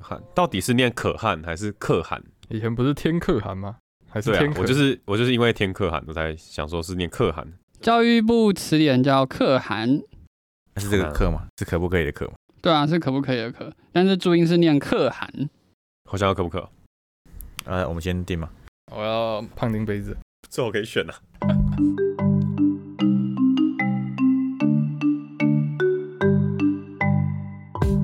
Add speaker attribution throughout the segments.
Speaker 1: 汗，到底是念可汗还是可汗？
Speaker 2: 以前不是天可汗吗？还是
Speaker 1: 对
Speaker 2: 天
Speaker 1: 啊，
Speaker 2: 可？
Speaker 1: 我就是我就是因为天可汗，我才想说是念可汗。
Speaker 3: 教育部词典叫可汗，
Speaker 4: 是这个课吗？是可不可以的课吗？
Speaker 3: 对啊，是可不可以的可，但是注音是念可汗。
Speaker 1: 我想要可不可？
Speaker 4: 呃，我们先定嘛。
Speaker 2: 我要胖丁杯子。
Speaker 1: 这我可以选啊。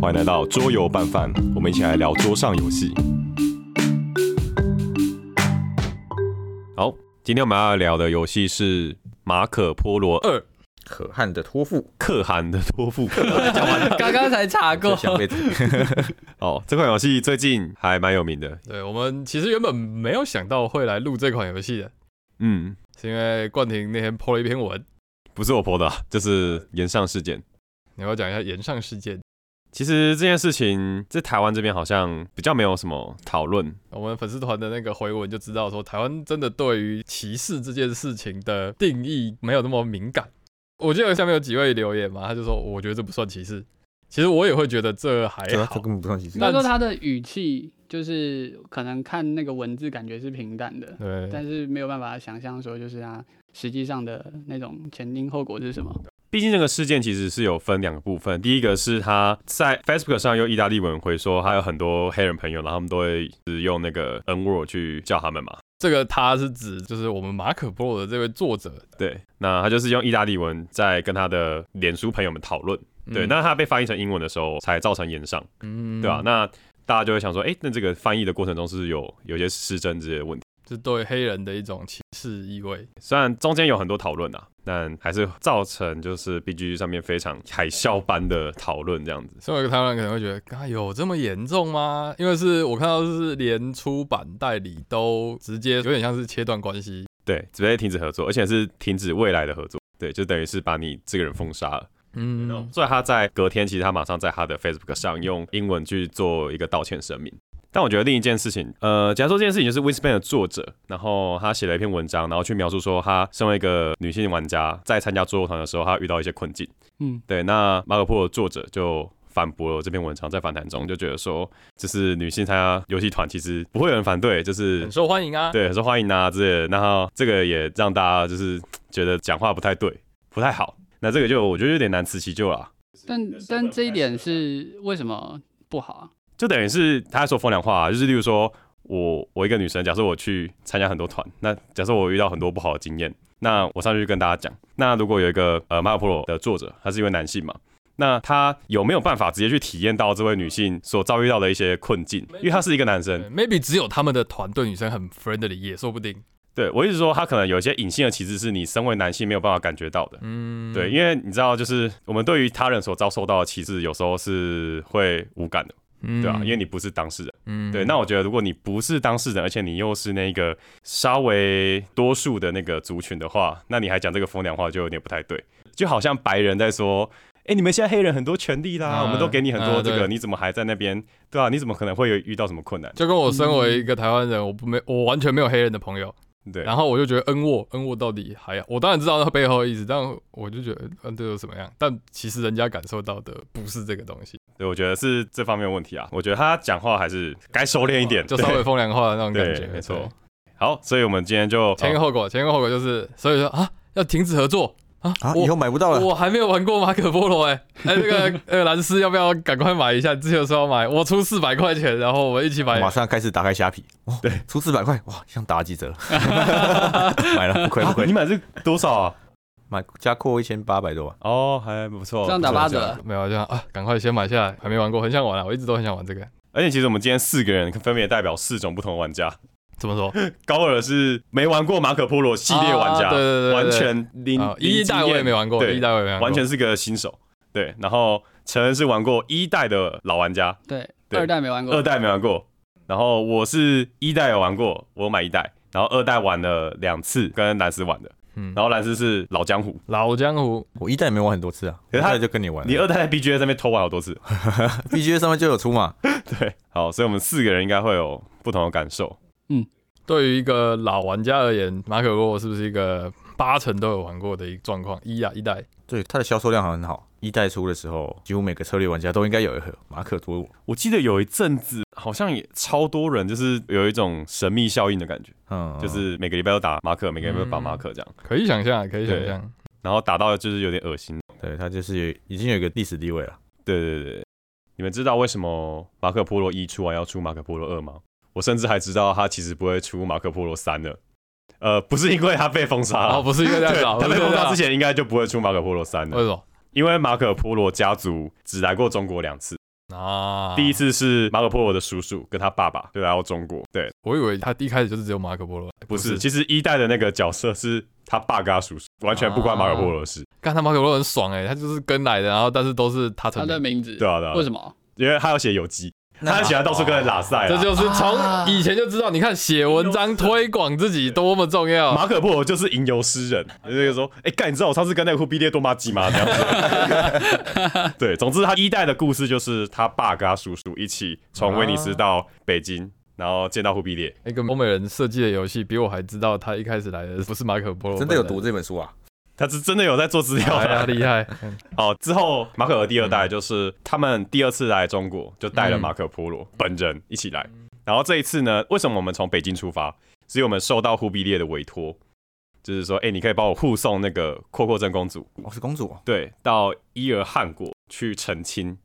Speaker 5: 欢迎来到桌游拌饭，我们一起来聊桌上游戏。
Speaker 1: 好，今天我们要聊的游戏是《马可波罗二》
Speaker 4: 可汗的托付，
Speaker 1: 可汗的托 付。
Speaker 3: 刚刚才查
Speaker 4: 我
Speaker 3: 过，
Speaker 4: 想 被
Speaker 1: 哦，这款游戏最近还蛮有名的。
Speaker 2: 对我们其实原本没有想到会来录这款游戏的，
Speaker 1: 嗯，
Speaker 2: 是因为冠廷那天 po 了一篇文，
Speaker 1: 不是我泼的啊，就是延上事件。
Speaker 2: 你要不要讲一下延上事件。
Speaker 1: 其实这件事情在台湾这边好像比较没有什么讨论，
Speaker 2: 我们粉丝团的那个回文就知道说，台湾真的对于歧视这件事情的定义没有那么敏感。我记得下面有几位留言嘛，他就说我觉得这不算歧视，其实我也会觉得这还
Speaker 4: 这
Speaker 2: 好
Speaker 4: 这根。本不算歧视
Speaker 3: 应。该说他的语气就是可能看那个文字感觉是平淡的，
Speaker 2: 对，
Speaker 3: 但是没有办法想象说就是他实际上的那种前因后果是什么。
Speaker 1: 毕竟这个事件其实是有分两个部分，第一个是他在 Facebook 上用意大利文回说，他有很多黑人朋友，然后他们都会是用那个 N word 去叫他们嘛。
Speaker 2: 这个他是指就是我们马可波罗的这位作者，
Speaker 1: 对，那他就是用意大利文在跟他的脸书朋友们讨论。对，
Speaker 2: 嗯
Speaker 1: 那他被翻译成英文的时候，才造成延上，
Speaker 2: 嗯
Speaker 1: 对吧、啊？那大家就会想说，哎、那这个翻译的过程中是不是有有些失真之类的问题。
Speaker 2: 是对黑人的一种歧视意味。
Speaker 1: 虽然中间有很多讨论啊，但还是造成就是 B G 上面非常海啸般的讨论这样子。
Speaker 2: 身为一个台湾人，可能会觉得，啊，有这么严重吗？因为是我看到是连出版代理都直接有点像是切断关系，
Speaker 1: 对，直接停止合作，而且是停止未来的合作。对，就等于是把你这个人封杀了。
Speaker 2: 嗯，
Speaker 1: 然后所以他在隔天，其实他马上在他的 Facebook 上用英文去做一个道歉声明。但我觉得另一件事情，呃，假如说这件事情就是 Wingspan 的作者，然后他写了一篇文章，然后去描述说他身为一个女性玩家，在参加桌游团的时候，他遇到一些困境。
Speaker 3: 嗯，
Speaker 1: 对，那马可波罗作者就反驳了这篇文章，在反弹中就觉得说，就是女性参加游戏团其实不会有人反对，就是
Speaker 2: 很受欢迎 啊。
Speaker 1: 对，很受欢迎啊之类的。然后这个也让大家就是觉得讲话不太对，不太好。那这个就我觉得有点难辞其咎啦，
Speaker 3: 但但这一点是为什么不好啊？
Speaker 1: 就等于是他说风凉话啊、就是例如说我我一个女生，假设我去参加很多团，那假设我遇到很多不好的经验，那我上去跟大家讲，那如果有一个呃马可波罗的作者，他是一位男性嘛。那他有没有办法直接去体验到这位女性所遭遇到的一些困境？因为他是一个男生，
Speaker 2: 对，maybe 只有他们的团队女生很 friendly 也说不定。
Speaker 1: 对我一直说他可能有一些隐性的歧视是你身为男性没有办法感觉到的。
Speaker 2: 嗯，
Speaker 1: 对，因为你知道，就是我们对于他人所遭受到的歧视，有时候是会无感的，
Speaker 2: 嗯
Speaker 1: 对吧、因为你不是当事人。
Speaker 2: 嗯
Speaker 1: 对，那我觉得如果你不是当事人，而且你又是那个稍微多数的那个族群的话，那你还讲这个风凉话就有点不太对，就好像白人在说。哎、你们现在黑人很多权利啦，
Speaker 2: 啊
Speaker 1: 我们都给你很多
Speaker 2: 啊
Speaker 1: 这个，
Speaker 2: 对
Speaker 1: 你怎么还在那边？对啊，你怎么可能会有遇到什么困难？
Speaker 2: 就跟我身为一个台湾人，我不没我完全没有黑人的朋友，
Speaker 1: 对，
Speaker 2: 然后我就觉得恩沃恩沃到底还我当然知道他背后的意思，但我就觉得嗯这又怎么样？但其实人家感受到的不是这个东西，
Speaker 1: 对，我觉得是这方面的问题啊。我觉得他讲话还是该收敛一点，
Speaker 2: 哦就
Speaker 1: 对
Speaker 2: 稍微风凉话的那种感
Speaker 1: 对
Speaker 2: 觉，
Speaker 1: 没
Speaker 2: 对
Speaker 1: 错。好，所以我们今天就哦
Speaker 2: 前因后果，前因后果就是，所以说啊，要停止合作啊
Speaker 4: 啊，
Speaker 2: 我
Speaker 4: 以后买不到了。
Speaker 2: 我还没有玩过马可波 罗哎、哎、那个呃蓝斯要不要赶快买一下？之前有说要买，我出四百块钱，然后我们一起买。
Speaker 4: 马上开始打开虾皮，哇，对，出四百块，哇，像打几 折，买了，不亏不
Speaker 1: 啊你
Speaker 4: 亏，
Speaker 1: 买这多少啊？
Speaker 4: 买加扣一千八百多吧，
Speaker 1: 哦，还不错。
Speaker 3: 这样打八折。
Speaker 2: 没有，就想啊，赶快先买下来，还没玩过，很想玩啊，我一直都很想玩这个。
Speaker 1: 而且其实我们今天四个人分别代表四种不同的玩家。
Speaker 2: 怎么说？
Speaker 1: 高尔是没玩过马可波罗系列玩家，
Speaker 2: 啊对对对对
Speaker 1: 完全零、
Speaker 2: 啊
Speaker 1: 零
Speaker 2: 一代我也没玩过，
Speaker 1: 对
Speaker 2: 一代我也没玩过，
Speaker 1: 完全是个新手。对，然后陈恩是玩过一代的老玩家，
Speaker 3: 对，
Speaker 1: 对
Speaker 3: 二代没玩
Speaker 2: 嗯
Speaker 3: 过，
Speaker 1: 二代没玩过。然后我是一代有玩过，我有买一代，然后二代玩了两次，跟蓝斯玩的。
Speaker 2: 嗯
Speaker 1: 然后蓝斯是老江湖，
Speaker 2: 老江湖。
Speaker 4: 我一代也没玩很多次啊，
Speaker 1: 可
Speaker 4: 一
Speaker 1: 是他
Speaker 4: 代就跟你玩了，
Speaker 1: 你二代在 BGA 上面偷玩好多次。
Speaker 4: BGA 上面就有出嘛，
Speaker 1: 对，好，所以我们四个人应该会有不同的感受。
Speaker 2: 对于一个老玩家而言，马可波罗是不是一个八成都有玩过的一个状况，一啊一代。
Speaker 4: 对，它的销售量很好。一代出的时候，几乎每个策略玩家都应该有一盒马可多姆。
Speaker 1: 我记得有一阵子好像也超多人，就是有一种神秘效应的感觉，
Speaker 4: 嗯，
Speaker 1: 就是每个礼拜都打马克，每个礼拜都打马克这样，
Speaker 2: 可以想象，啊可以想
Speaker 1: 对
Speaker 2: 象。
Speaker 1: 然后打到就是有点恶心。
Speaker 4: 对，它就是有已经有一个历史地位了。
Speaker 1: 对对对，对你们知道为什么马可波罗一出完要出马可波罗二吗？我甚至还知道他其实不会出马可波罗三了，呃，不是因为他被封 杀
Speaker 2: 哦，
Speaker 1: 了，
Speaker 2: 不是因为这样
Speaker 1: 对
Speaker 2: 子啊，
Speaker 1: 他
Speaker 2: 不
Speaker 1: 被
Speaker 2: 是因为
Speaker 1: 封
Speaker 2: 这样
Speaker 1: 杀
Speaker 2: 啊
Speaker 1: 之前应该就不会出马可波罗三
Speaker 2: 为
Speaker 1: 了，
Speaker 2: 什么
Speaker 1: 因为马可波罗家族只来过中国两次，
Speaker 2: 啊？
Speaker 1: 第一，次是马可波罗的叔叔跟他爸爸就来到中国，对，
Speaker 2: 我以为他一开始就是只有马可波罗，
Speaker 1: 不是，其实一代的那个角色是他爸跟他叔叔，完全不关马可波罗的事，
Speaker 2: 干他马可波罗很爽哎、他就是跟来的，然后但是都是他
Speaker 3: 他
Speaker 2: 成
Speaker 3: 的
Speaker 2: 名，
Speaker 3: 名字，
Speaker 1: 对啊对啊
Speaker 3: 为，什 么？
Speaker 1: 因为他要写有机，他喜欢到处跟人拉塞啊
Speaker 2: 这
Speaker 1: 啦。
Speaker 2: 就是从以前就知道，你看写文章推广自己多么 重要。
Speaker 1: 马可波罗就是吟游诗人，就是说，哎、干，你知道我上次跟那个忽必烈多玛吉吗？这样子。对，总之他一代的故事就是他爸跟他叔叔一起从威尼斯到北京，然后见到忽必烈。
Speaker 2: 一个欧美人设计的游戏，比我还知道他一开始来的不是马可波罗，
Speaker 4: 真的有读这本书啊？
Speaker 1: 他是真的有在做资料
Speaker 2: 哎呀，
Speaker 1: 的。
Speaker 2: 厉害！
Speaker 1: 哦，之后马可的第二代就是他们第二次来中国，就带了马可波罗本人一起来。然后这一次呢，为什么我们从北京出发？是因为我们受到忽必烈的委托，就是说，哎、你可以帮我护送那个阔阔真公主，
Speaker 4: 我是公主哦，
Speaker 1: 对，到伊尔汗国去澄清。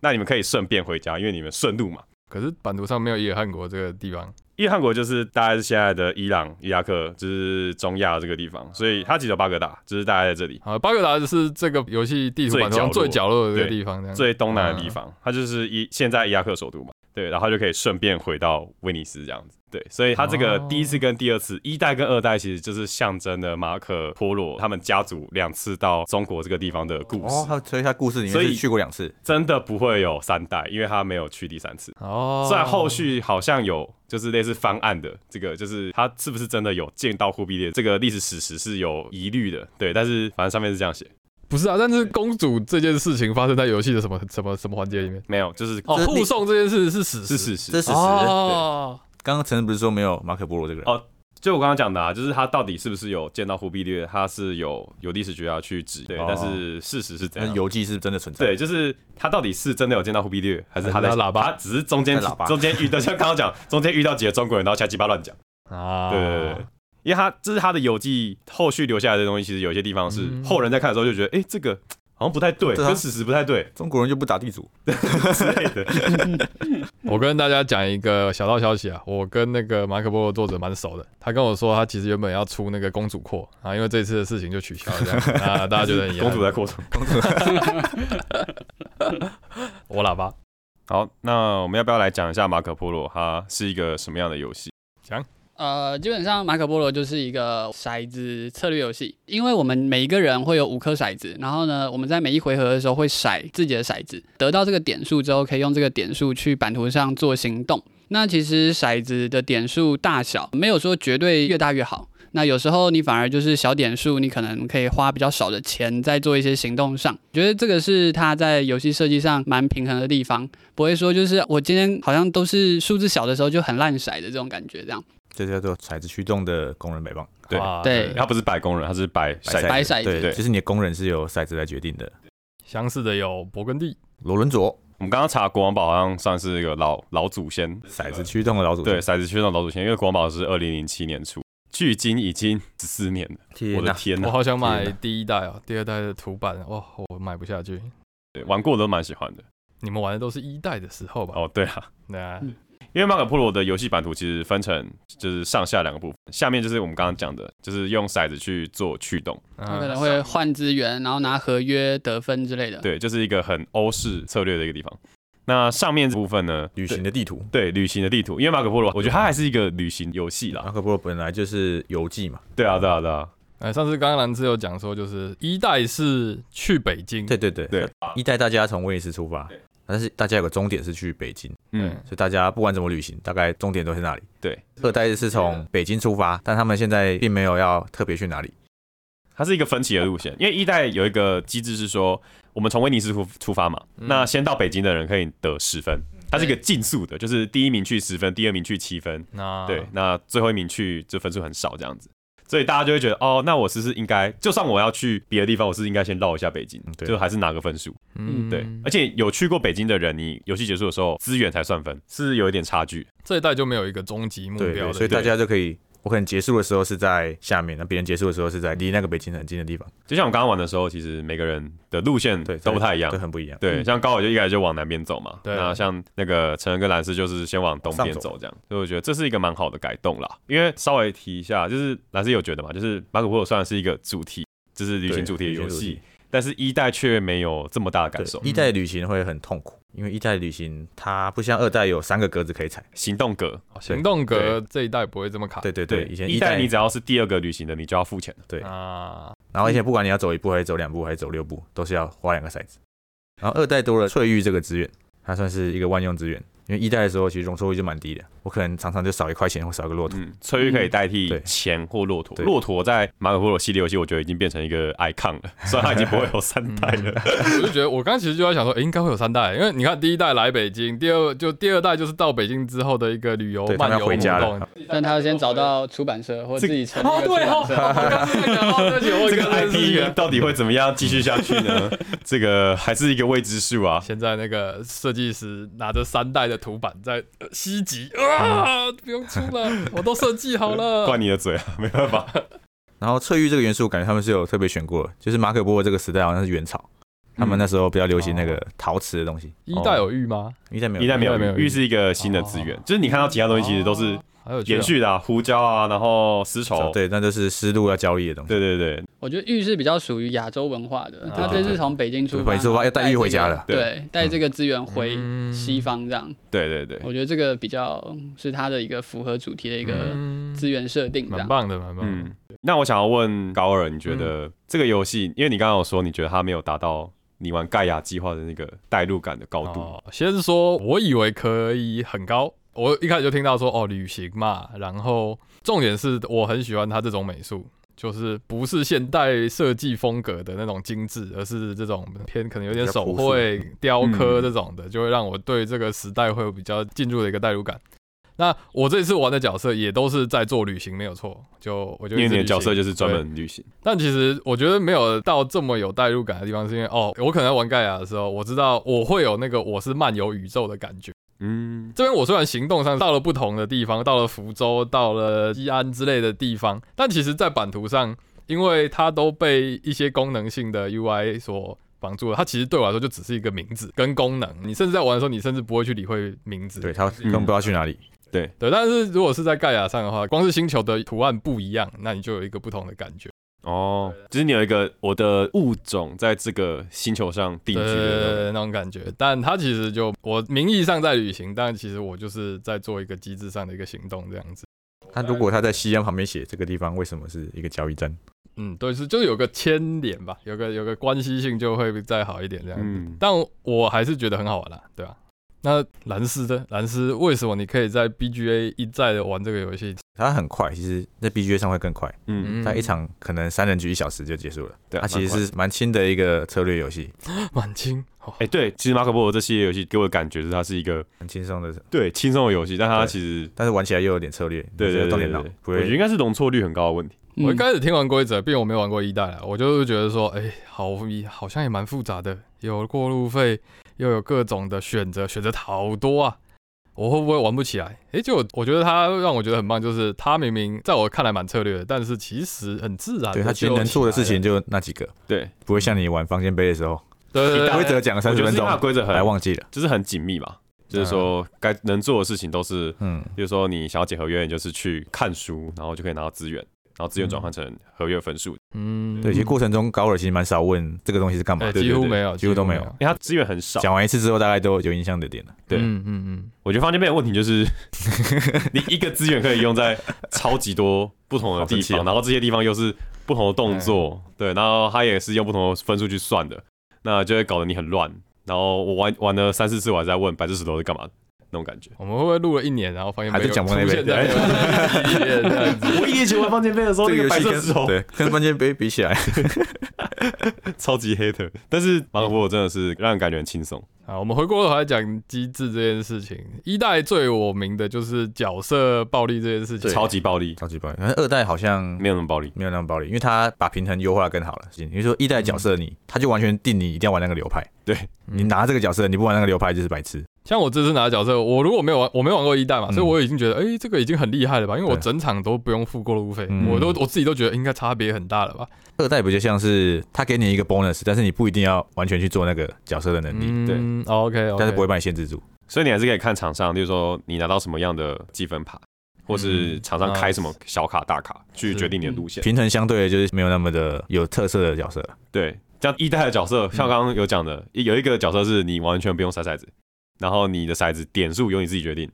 Speaker 1: 那你们可以顺便回家，因为你们顺路嘛。
Speaker 2: 可是版图上没有野汉国这个地方，
Speaker 1: 伊尔汗国就是大概是现在的伊朗、伊拉克，就是中亚这个地方，所以它其实有巴格达，就是大概在这里
Speaker 2: 啊，巴格达是这个游戏地图版图上最
Speaker 1: 最
Speaker 2: 角落的这个
Speaker 1: 对
Speaker 2: 地方，这样
Speaker 1: 最东南
Speaker 2: 嗯
Speaker 1: 的地方，它就是伊现在伊拉克首都嘛。对，然后就可以顺便回到威尼斯这样子。对，所以它这个
Speaker 2: 哦
Speaker 1: 第一次跟第二次，一代跟二代其实就是象征了马可波罗他们家族两次到中国这个地方的故
Speaker 4: 哦，
Speaker 1: 事。
Speaker 4: 他所以他故事里
Speaker 1: 所
Speaker 4: 面
Speaker 1: 以
Speaker 4: 是去过两次，
Speaker 1: 真的不会有三代，因为他没有去第三次。
Speaker 2: 哦，
Speaker 1: 虽然后续好像有就是类似方案的这个，就是他是不是真的有见到忽必烈这个历史史实是有疑虑的，对，但是反正上面是这样写，
Speaker 2: 不是啊，但是公主这件事情发生在游戏的什么什么什么环节里面？
Speaker 1: 没有，就是
Speaker 2: 哦，
Speaker 4: 这是
Speaker 2: 护送这件事是史
Speaker 1: 是
Speaker 2: 实，
Speaker 1: 史实。
Speaker 4: 这是事实。
Speaker 2: 哦，
Speaker 4: 刚刚陈不是说没有马可波罗这个人？
Speaker 1: 哦就我刚刚讲的啊，就是他到底是不是有见到忽必烈，他是有有历史学家去指，对，
Speaker 4: 哦
Speaker 1: 但是事实是怎
Speaker 4: 但是
Speaker 1: 样？
Speaker 4: 游记是真的存在
Speaker 1: 啊
Speaker 4: 的。
Speaker 1: 对，就是他到底是真的有见到忽必烈，还是他在
Speaker 2: 还是他喇叭
Speaker 1: 他只是中间
Speaker 4: 在喇叭
Speaker 1: 中间遇到，像 刚刚讲，中间遇到几个中国人，然后瞎鸡巴乱讲。
Speaker 2: 啊，
Speaker 1: 对对对对，因为他这是他的游记后续留下来的东西，其实有些地方是
Speaker 2: 嗯
Speaker 1: 后人在看的时候就觉得，哎、这个好像不太对，
Speaker 4: 对啊
Speaker 1: 跟史实不太对
Speaker 4: 中国人就不打地主，
Speaker 1: 之类的。
Speaker 2: 啊我跟大家讲一个小道消息啊，我跟那个马可波罗作者蛮熟的，他跟我说他其实原本要出那个公主扩啊，因为这次的事情就取消了这样 啊，大家觉得很遗憾
Speaker 1: 公主在扩充。
Speaker 2: 我喇叭
Speaker 1: 好，那我们要不要来讲一下马可波罗？它是一个什么样的游戏？
Speaker 3: 呃，基本上马可波罗就是一个骰子策略游戏，因为我们每一个人会有五颗骰子，然后呢，我们在每一回合的时候会骰自己的骰子，得到这个点数之后，可以用这个点数去版图上做行动。那其实骰子的点数大小没有说绝对越大越好，那有时候你反而就是小点数，你可能可以花比较少的钱在做一些行动上。觉得这个是它在游戏设计上蛮平衡的地方，不会说就是我今天好像都是数字小的时候就很烂骰的这种感觉这样。
Speaker 4: 这叫做骰子驱动的工人摆棒。
Speaker 1: 对
Speaker 2: 哇
Speaker 3: 对
Speaker 1: 它不是摆工人，它是摆骰
Speaker 4: 骰
Speaker 1: 子。
Speaker 3: 白骰子
Speaker 4: 对，
Speaker 1: 对
Speaker 4: 就是你的工人是由骰子来决定的。
Speaker 2: 相似的有勃艮第，
Speaker 4: 罗伦佐，
Speaker 1: 我们刚刚查国王堡，好像算是一个老老祖先，
Speaker 4: 骰子驱动的老祖
Speaker 1: 对，骰子圈的老祖先，因为国王堡是二零零七年出，距今已经十四年了。
Speaker 4: 对
Speaker 1: 我的天哦
Speaker 2: 我
Speaker 1: 呐，
Speaker 2: 好想买
Speaker 4: 天哪
Speaker 2: 第一代啊，第二代的图版哇，我买不下去。
Speaker 1: 对，玩过的都蛮喜欢的。
Speaker 2: 你们玩的都是一代的时候吧？
Speaker 1: 哦，对啊，
Speaker 2: 那
Speaker 3: 嗯
Speaker 1: 因为马可波罗的游戏版图其实分成就是上下两个部分，下面就是我们刚刚讲的，就是用骰子去做驱动，
Speaker 3: 他可能
Speaker 2: 嗯
Speaker 3: 会换资源，然后拿合约得分之类的。
Speaker 1: 对，就是一个很欧式策略的一个地方。那上面这部分呢，
Speaker 4: 旅行的地图。
Speaker 1: 对旅行的地图，因为马可波罗，我觉得它还是一个旅行游戏啦
Speaker 4: 马。可波罗本来就是游记嘛，
Speaker 1: 对啊，对啊，对啊，
Speaker 2: 呃，上次刚刚兰芝有讲说，就是一代是去北京，
Speaker 4: 对对对
Speaker 1: 对，
Speaker 4: 一代大家从威尼斯出发，但是大家有个终点是去北京，
Speaker 1: 嗯，
Speaker 4: 所以大家不管怎么旅行，大概终点都是那里。
Speaker 1: 对，
Speaker 4: 二代是从北京出发，但他们现在并没有要特别去哪里。
Speaker 1: 它是一个分歧的路线，因为一代有一个机制是说，我们从威尼斯出出发嘛，
Speaker 4: 嗯
Speaker 1: 那先到北京的人可以得十分，它是一个竞速的，
Speaker 4: 啊
Speaker 1: 就是第一名去十分，第二名去七分，
Speaker 2: 那
Speaker 1: 对，那最后一名去就分数很少这样子。所以大家就会觉得哦，那我是不是应该，就算我要去别的地方，我是不是应该先绕一下北京，
Speaker 4: 嗯对
Speaker 1: 就还是拿个分数。
Speaker 3: 嗯
Speaker 1: 对，
Speaker 2: 哎
Speaker 1: 而且有去过北京的人，你游戏结束的时候资源才算分，是有一点差距。
Speaker 2: 这一代就没有一个终极目
Speaker 4: 对
Speaker 2: 标的，
Speaker 4: 对，所以大家就可以，我可能结束的时候是在下面，那别人结束的时候是在离那个北京很近的地方，
Speaker 1: 就像我刚刚玩的时候，其实每个人的路线
Speaker 4: 对，
Speaker 1: 嗯都不太一样
Speaker 4: 对，。很不一样。
Speaker 1: 对，
Speaker 3: 嗯
Speaker 1: 像高伟就一开始就往南边走嘛，
Speaker 2: 对
Speaker 1: 那像那个陈恩跟蓝斯就是先往东边走这样，所以我觉得这是一个蛮好的改动啦。因为稍微提一下，就是蓝斯有觉得嘛，就是马可波罗虽然是一个主题，就是旅
Speaker 4: 对
Speaker 1: 行主题的
Speaker 4: 旅行
Speaker 1: 游
Speaker 4: 主
Speaker 1: 戏
Speaker 4: 题，
Speaker 1: 但是一代却没有这么大的感受
Speaker 4: 对，，一代旅行会很痛苦，因为一代旅行它不像二代有三个格子可以踩。
Speaker 1: 行动格。
Speaker 2: 行动格这一代不会这么卡。
Speaker 4: 对对对，以前
Speaker 1: 啊一代
Speaker 4: 代
Speaker 1: 你只要是第二个旅行的，你就要付钱了。
Speaker 4: 对，
Speaker 2: 啊，
Speaker 4: 然后而且不管你要走一步还是走两步还是走六步，都是要花两个骰子。然后二代多了翠玉这个资源，它算是一个万用资源，因为一代的时候其实容错率就蛮低的，我可能常常就少一块钱或少一个骆驼。
Speaker 1: 嗯，翠玉可以代
Speaker 4: 嗯
Speaker 1: 替
Speaker 4: 对
Speaker 1: 钱或骆驼，
Speaker 4: 对
Speaker 1: 骆驼在马可波罗系列游戏，我觉得已经变成一个 icon 了， 虽然它已经不会有三代了。
Speaker 2: 我就觉得我刚刚其实就在想说，诶应该会有三代，因为你看第一代来北京，第二就第二代就是到北京之后的一个旅游
Speaker 4: 对，他
Speaker 2: 漫
Speaker 4: 们
Speaker 2: 游
Speaker 4: 要
Speaker 2: 活
Speaker 4: 回家
Speaker 2: 动
Speaker 4: 了。。哦
Speaker 3: 但他要先找到出版社或自己成立一
Speaker 2: 哦，
Speaker 3: 个出
Speaker 2: 对
Speaker 3: 版
Speaker 2: 哦，
Speaker 3: 社。
Speaker 2: 我刚才讲 到对不起，我
Speaker 1: 这
Speaker 2: 跟
Speaker 1: 个
Speaker 2: 这件事情
Speaker 1: IP 到底会怎么样继续下去呢？这个还是一个未知数啊。
Speaker 2: 现在那个设计师拿着三代的图板在呃西极
Speaker 4: 嗯
Speaker 2: 啊，不用出了，我都设计好了
Speaker 1: 灌。你的嘴啊，没办法。
Speaker 4: 然后翠玉这个元素，感觉他们是有特别选过的，就是马可波罗这个时代好像是元朝，
Speaker 1: 嗯
Speaker 4: 他们那时候比较流行那个陶瓷的东西，
Speaker 2: 一代有玉吗？
Speaker 4: 一代没
Speaker 1: 哦
Speaker 4: 有，
Speaker 1: 一代没有
Speaker 2: 一代没有
Speaker 1: 玉，玉是一个新的资源，就是你看到其他东西其实都是
Speaker 2: 哦还有
Speaker 1: 延续的、啊，胡椒啊，然后丝绸，
Speaker 4: 对，那就是丝路要交易的东西。
Speaker 1: 对对对，
Speaker 3: 我觉得玉是比较属于亚洲文化
Speaker 2: 啊
Speaker 3: 的，他这是从北京出发，
Speaker 4: 对北京出发要带玉回家
Speaker 3: 了
Speaker 4: 了，
Speaker 3: 对，带这个资源回
Speaker 2: 嗯
Speaker 3: 西方这样。
Speaker 1: 对对对，
Speaker 3: 我觉得这个比较是它的一个符合主题的一个
Speaker 2: 嗯
Speaker 3: 资源设定这
Speaker 2: 蛮
Speaker 3: 样。
Speaker 2: 棒的，蛮棒的。
Speaker 1: 嗯。那我想要问高尔，你觉得这个游戏，因为你刚刚有说你觉得它没有达到你玩盖亚计划的那个代入感的高度，
Speaker 2: 哦，先说，我以为可以很高，我一开始就听到说哦旅行嘛，然后重点是我很喜欢它这种美术，就是不是现代设计风格的那种精致，而是这种偏可能有点手绘、
Speaker 1: 嗯
Speaker 2: 雕刻这种的，就会让我对这个时代会有比较进入的一个代入感。那我这次玩的角色也都是在做旅行，没有错。就我就
Speaker 1: 因为
Speaker 2: 一直
Speaker 1: 你的
Speaker 2: 旅
Speaker 1: 角
Speaker 2: 行
Speaker 1: 色就是专
Speaker 2: 对
Speaker 1: 门旅行，
Speaker 2: 但其实我觉得没有到这么有代入感的地方，是因为哦，我可能在玩盖亚的时候，我知道我会有那个我是漫游宇宙的感觉。
Speaker 1: 嗯，
Speaker 2: 这边我虽然行动上到了不同的地方，到了福州、到了西安之类的地方，但其实在版图上，因为它都被一些功能性的 UI 所绑住了，它其实对我来说就只是一个名字跟功能。你甚至在玩的时候，你甚至不会去理会名字。
Speaker 4: 对，他
Speaker 1: 嗯
Speaker 4: 根本不知道去哪里。
Speaker 2: 对，但是如果是在盖亚上的话，光是星球的图案不一样，那你就有一个不同的感觉。
Speaker 1: 哦，就是你有一个我的物种在这个星球上定居
Speaker 2: 对
Speaker 1: 的那
Speaker 2: 对对
Speaker 1: 种。
Speaker 2: 对那种感觉。但他其实就我名义上在旅行，但其实我就是在做一个机制上的一个行动这样子。
Speaker 4: 他如果他在西安旁边写这个地方为什么是一个交易站，
Speaker 2: 嗯，对，是就是有个牵连吧，有个有个关系性就会再好一点这样子。
Speaker 1: 嗯，
Speaker 2: 但我还是觉得很好玩啦，对吧、那蓝斯的蓝斯，为什么你可以在 BGA 一再的玩这个游戏？
Speaker 4: 他很快，其实在 BGA 上会更快，
Speaker 1: 嗯，
Speaker 4: 他一 场可能三人局一小时就结束了。
Speaker 1: 对，啊
Speaker 4: 它其
Speaker 1: 蛮快
Speaker 4: 实是蛮轻的一个策略游戏，
Speaker 2: 满清，哦
Speaker 1: 哎、对，其实马可波罗这系列游戏给我的感觉是它是一个
Speaker 4: 很轻松的，
Speaker 1: 对轻松的游戏，但它
Speaker 4: 对
Speaker 1: 其实
Speaker 4: 但是玩起来又有点策略，
Speaker 1: 对
Speaker 4: 就是
Speaker 1: 对
Speaker 4: 有动
Speaker 1: 对
Speaker 4: 点脑
Speaker 1: 对，
Speaker 4: 不
Speaker 1: 对我觉得应
Speaker 4: 会。
Speaker 1: 该是容错率很高的问题。
Speaker 3: 嗯
Speaker 2: 我一开始听完规则，并我没有玩过一代啦，我就是觉得说，哎、好好像也蛮复杂的，有过路费，又有各种的选择，选择好多啊，我会不会玩不起来？哎、就我觉得它让我觉得很棒，就是它明明在我看来蛮策略的，但是其实很自然，
Speaker 4: 对他其实能做的事情，就那几个，
Speaker 1: 对，
Speaker 4: 不会像你玩房间杯的时候，
Speaker 2: 对对对
Speaker 4: 规
Speaker 2: 对
Speaker 4: 则讲
Speaker 1: 我
Speaker 4: 了啊三
Speaker 1: 觉
Speaker 4: 十
Speaker 1: 得
Speaker 4: 分
Speaker 1: 是因
Speaker 4: 钟
Speaker 1: 为它的规则
Speaker 4: 还
Speaker 1: 很
Speaker 4: 忘记嗯了。
Speaker 1: 就是很紧密嘛，就是说该能做的事情都是，
Speaker 4: 嗯，
Speaker 1: 比如说你想要解合约，你就是去看书，然后就可以拿到资源，然后资
Speaker 4: 嗯
Speaker 1: 源转换成合约分数，
Speaker 2: 嗯，
Speaker 4: 对，其实过程中高尔其实蛮少问这个东西是干嘛
Speaker 2: 哎
Speaker 4: 的，
Speaker 2: 几乎
Speaker 4: 对对对
Speaker 2: 没有，
Speaker 4: 几乎都没有
Speaker 2: 有。
Speaker 1: 因为它资源很少。
Speaker 4: 讲完一次之后，大概都有印象的点了。
Speaker 1: 对
Speaker 2: 嗯嗯嗯，
Speaker 1: 我觉得方便面的问题就是， 你一个资源可以用在超级多不同的地
Speaker 4: 好神奇
Speaker 1: 方，
Speaker 4: 哦哎
Speaker 1: 然后这些地方又是不同的动作，对，然后它也是用不同的分数去算的，那就会搞得你很乱。然后我玩玩了三四次，我还在问白炽石头是干嘛的那种感觉。
Speaker 2: 我们会不会录了一年，然后发现
Speaker 4: 还是
Speaker 2: 没有
Speaker 4: 讲不
Speaker 2: 出
Speaker 4: 到那边
Speaker 2: 现 在没有在里面这样 子？
Speaker 1: 我一年前玩方便面的时哦候，那个白色石头
Speaker 4: 对跟房间杯比起来，
Speaker 1: 超级 hater，但是马可波罗真的是让人感觉很轻松。
Speaker 2: 啊，我们回过头来讲机制这件事情。一代最有名的就是角色暴力这件事情，
Speaker 1: 超级暴力，
Speaker 4: 超级暴力。反正二代好像
Speaker 1: 没有那么暴力。
Speaker 4: 没有那么暴力，因为他把平衡优化得更好了。比如说一代角色你，他就完全定你一定要玩那个流派，
Speaker 1: 对
Speaker 4: 嗯你拿这个角色，你不玩那个流派就是白痴。
Speaker 2: 像我这次拿的角色，我如果没有玩，我没玩过一代嘛，
Speaker 4: 嗯
Speaker 2: 所以我已经觉得，哎、这个已经很厉害了吧？因为我
Speaker 4: 对
Speaker 2: 整场都不用付过路费，
Speaker 4: 嗯
Speaker 2: 我都我自己都觉得应该差别很大了吧？
Speaker 4: 二代不就像是他给你一个 bonus，但是你不一定要完全去做那个角色的能力，
Speaker 1: 对
Speaker 2: 嗯，OK，
Speaker 4: 但是不会把你限制住。
Speaker 1: 所以你还是可以看厂商，例如说你拿到什么样的积分牌，或是
Speaker 2: 嗯
Speaker 1: 厂商开什么
Speaker 2: 啊
Speaker 1: 小卡大卡，去
Speaker 2: 是
Speaker 1: 决定你的路线。
Speaker 4: 平衡相对的就是没有那么的有特色的角色了。
Speaker 1: 对，像一代的角
Speaker 2: 嗯
Speaker 1: 色，像刚刚有讲的，一有一个角色是你完全不用筛骰子，然后你的骰子点数由你自己决定，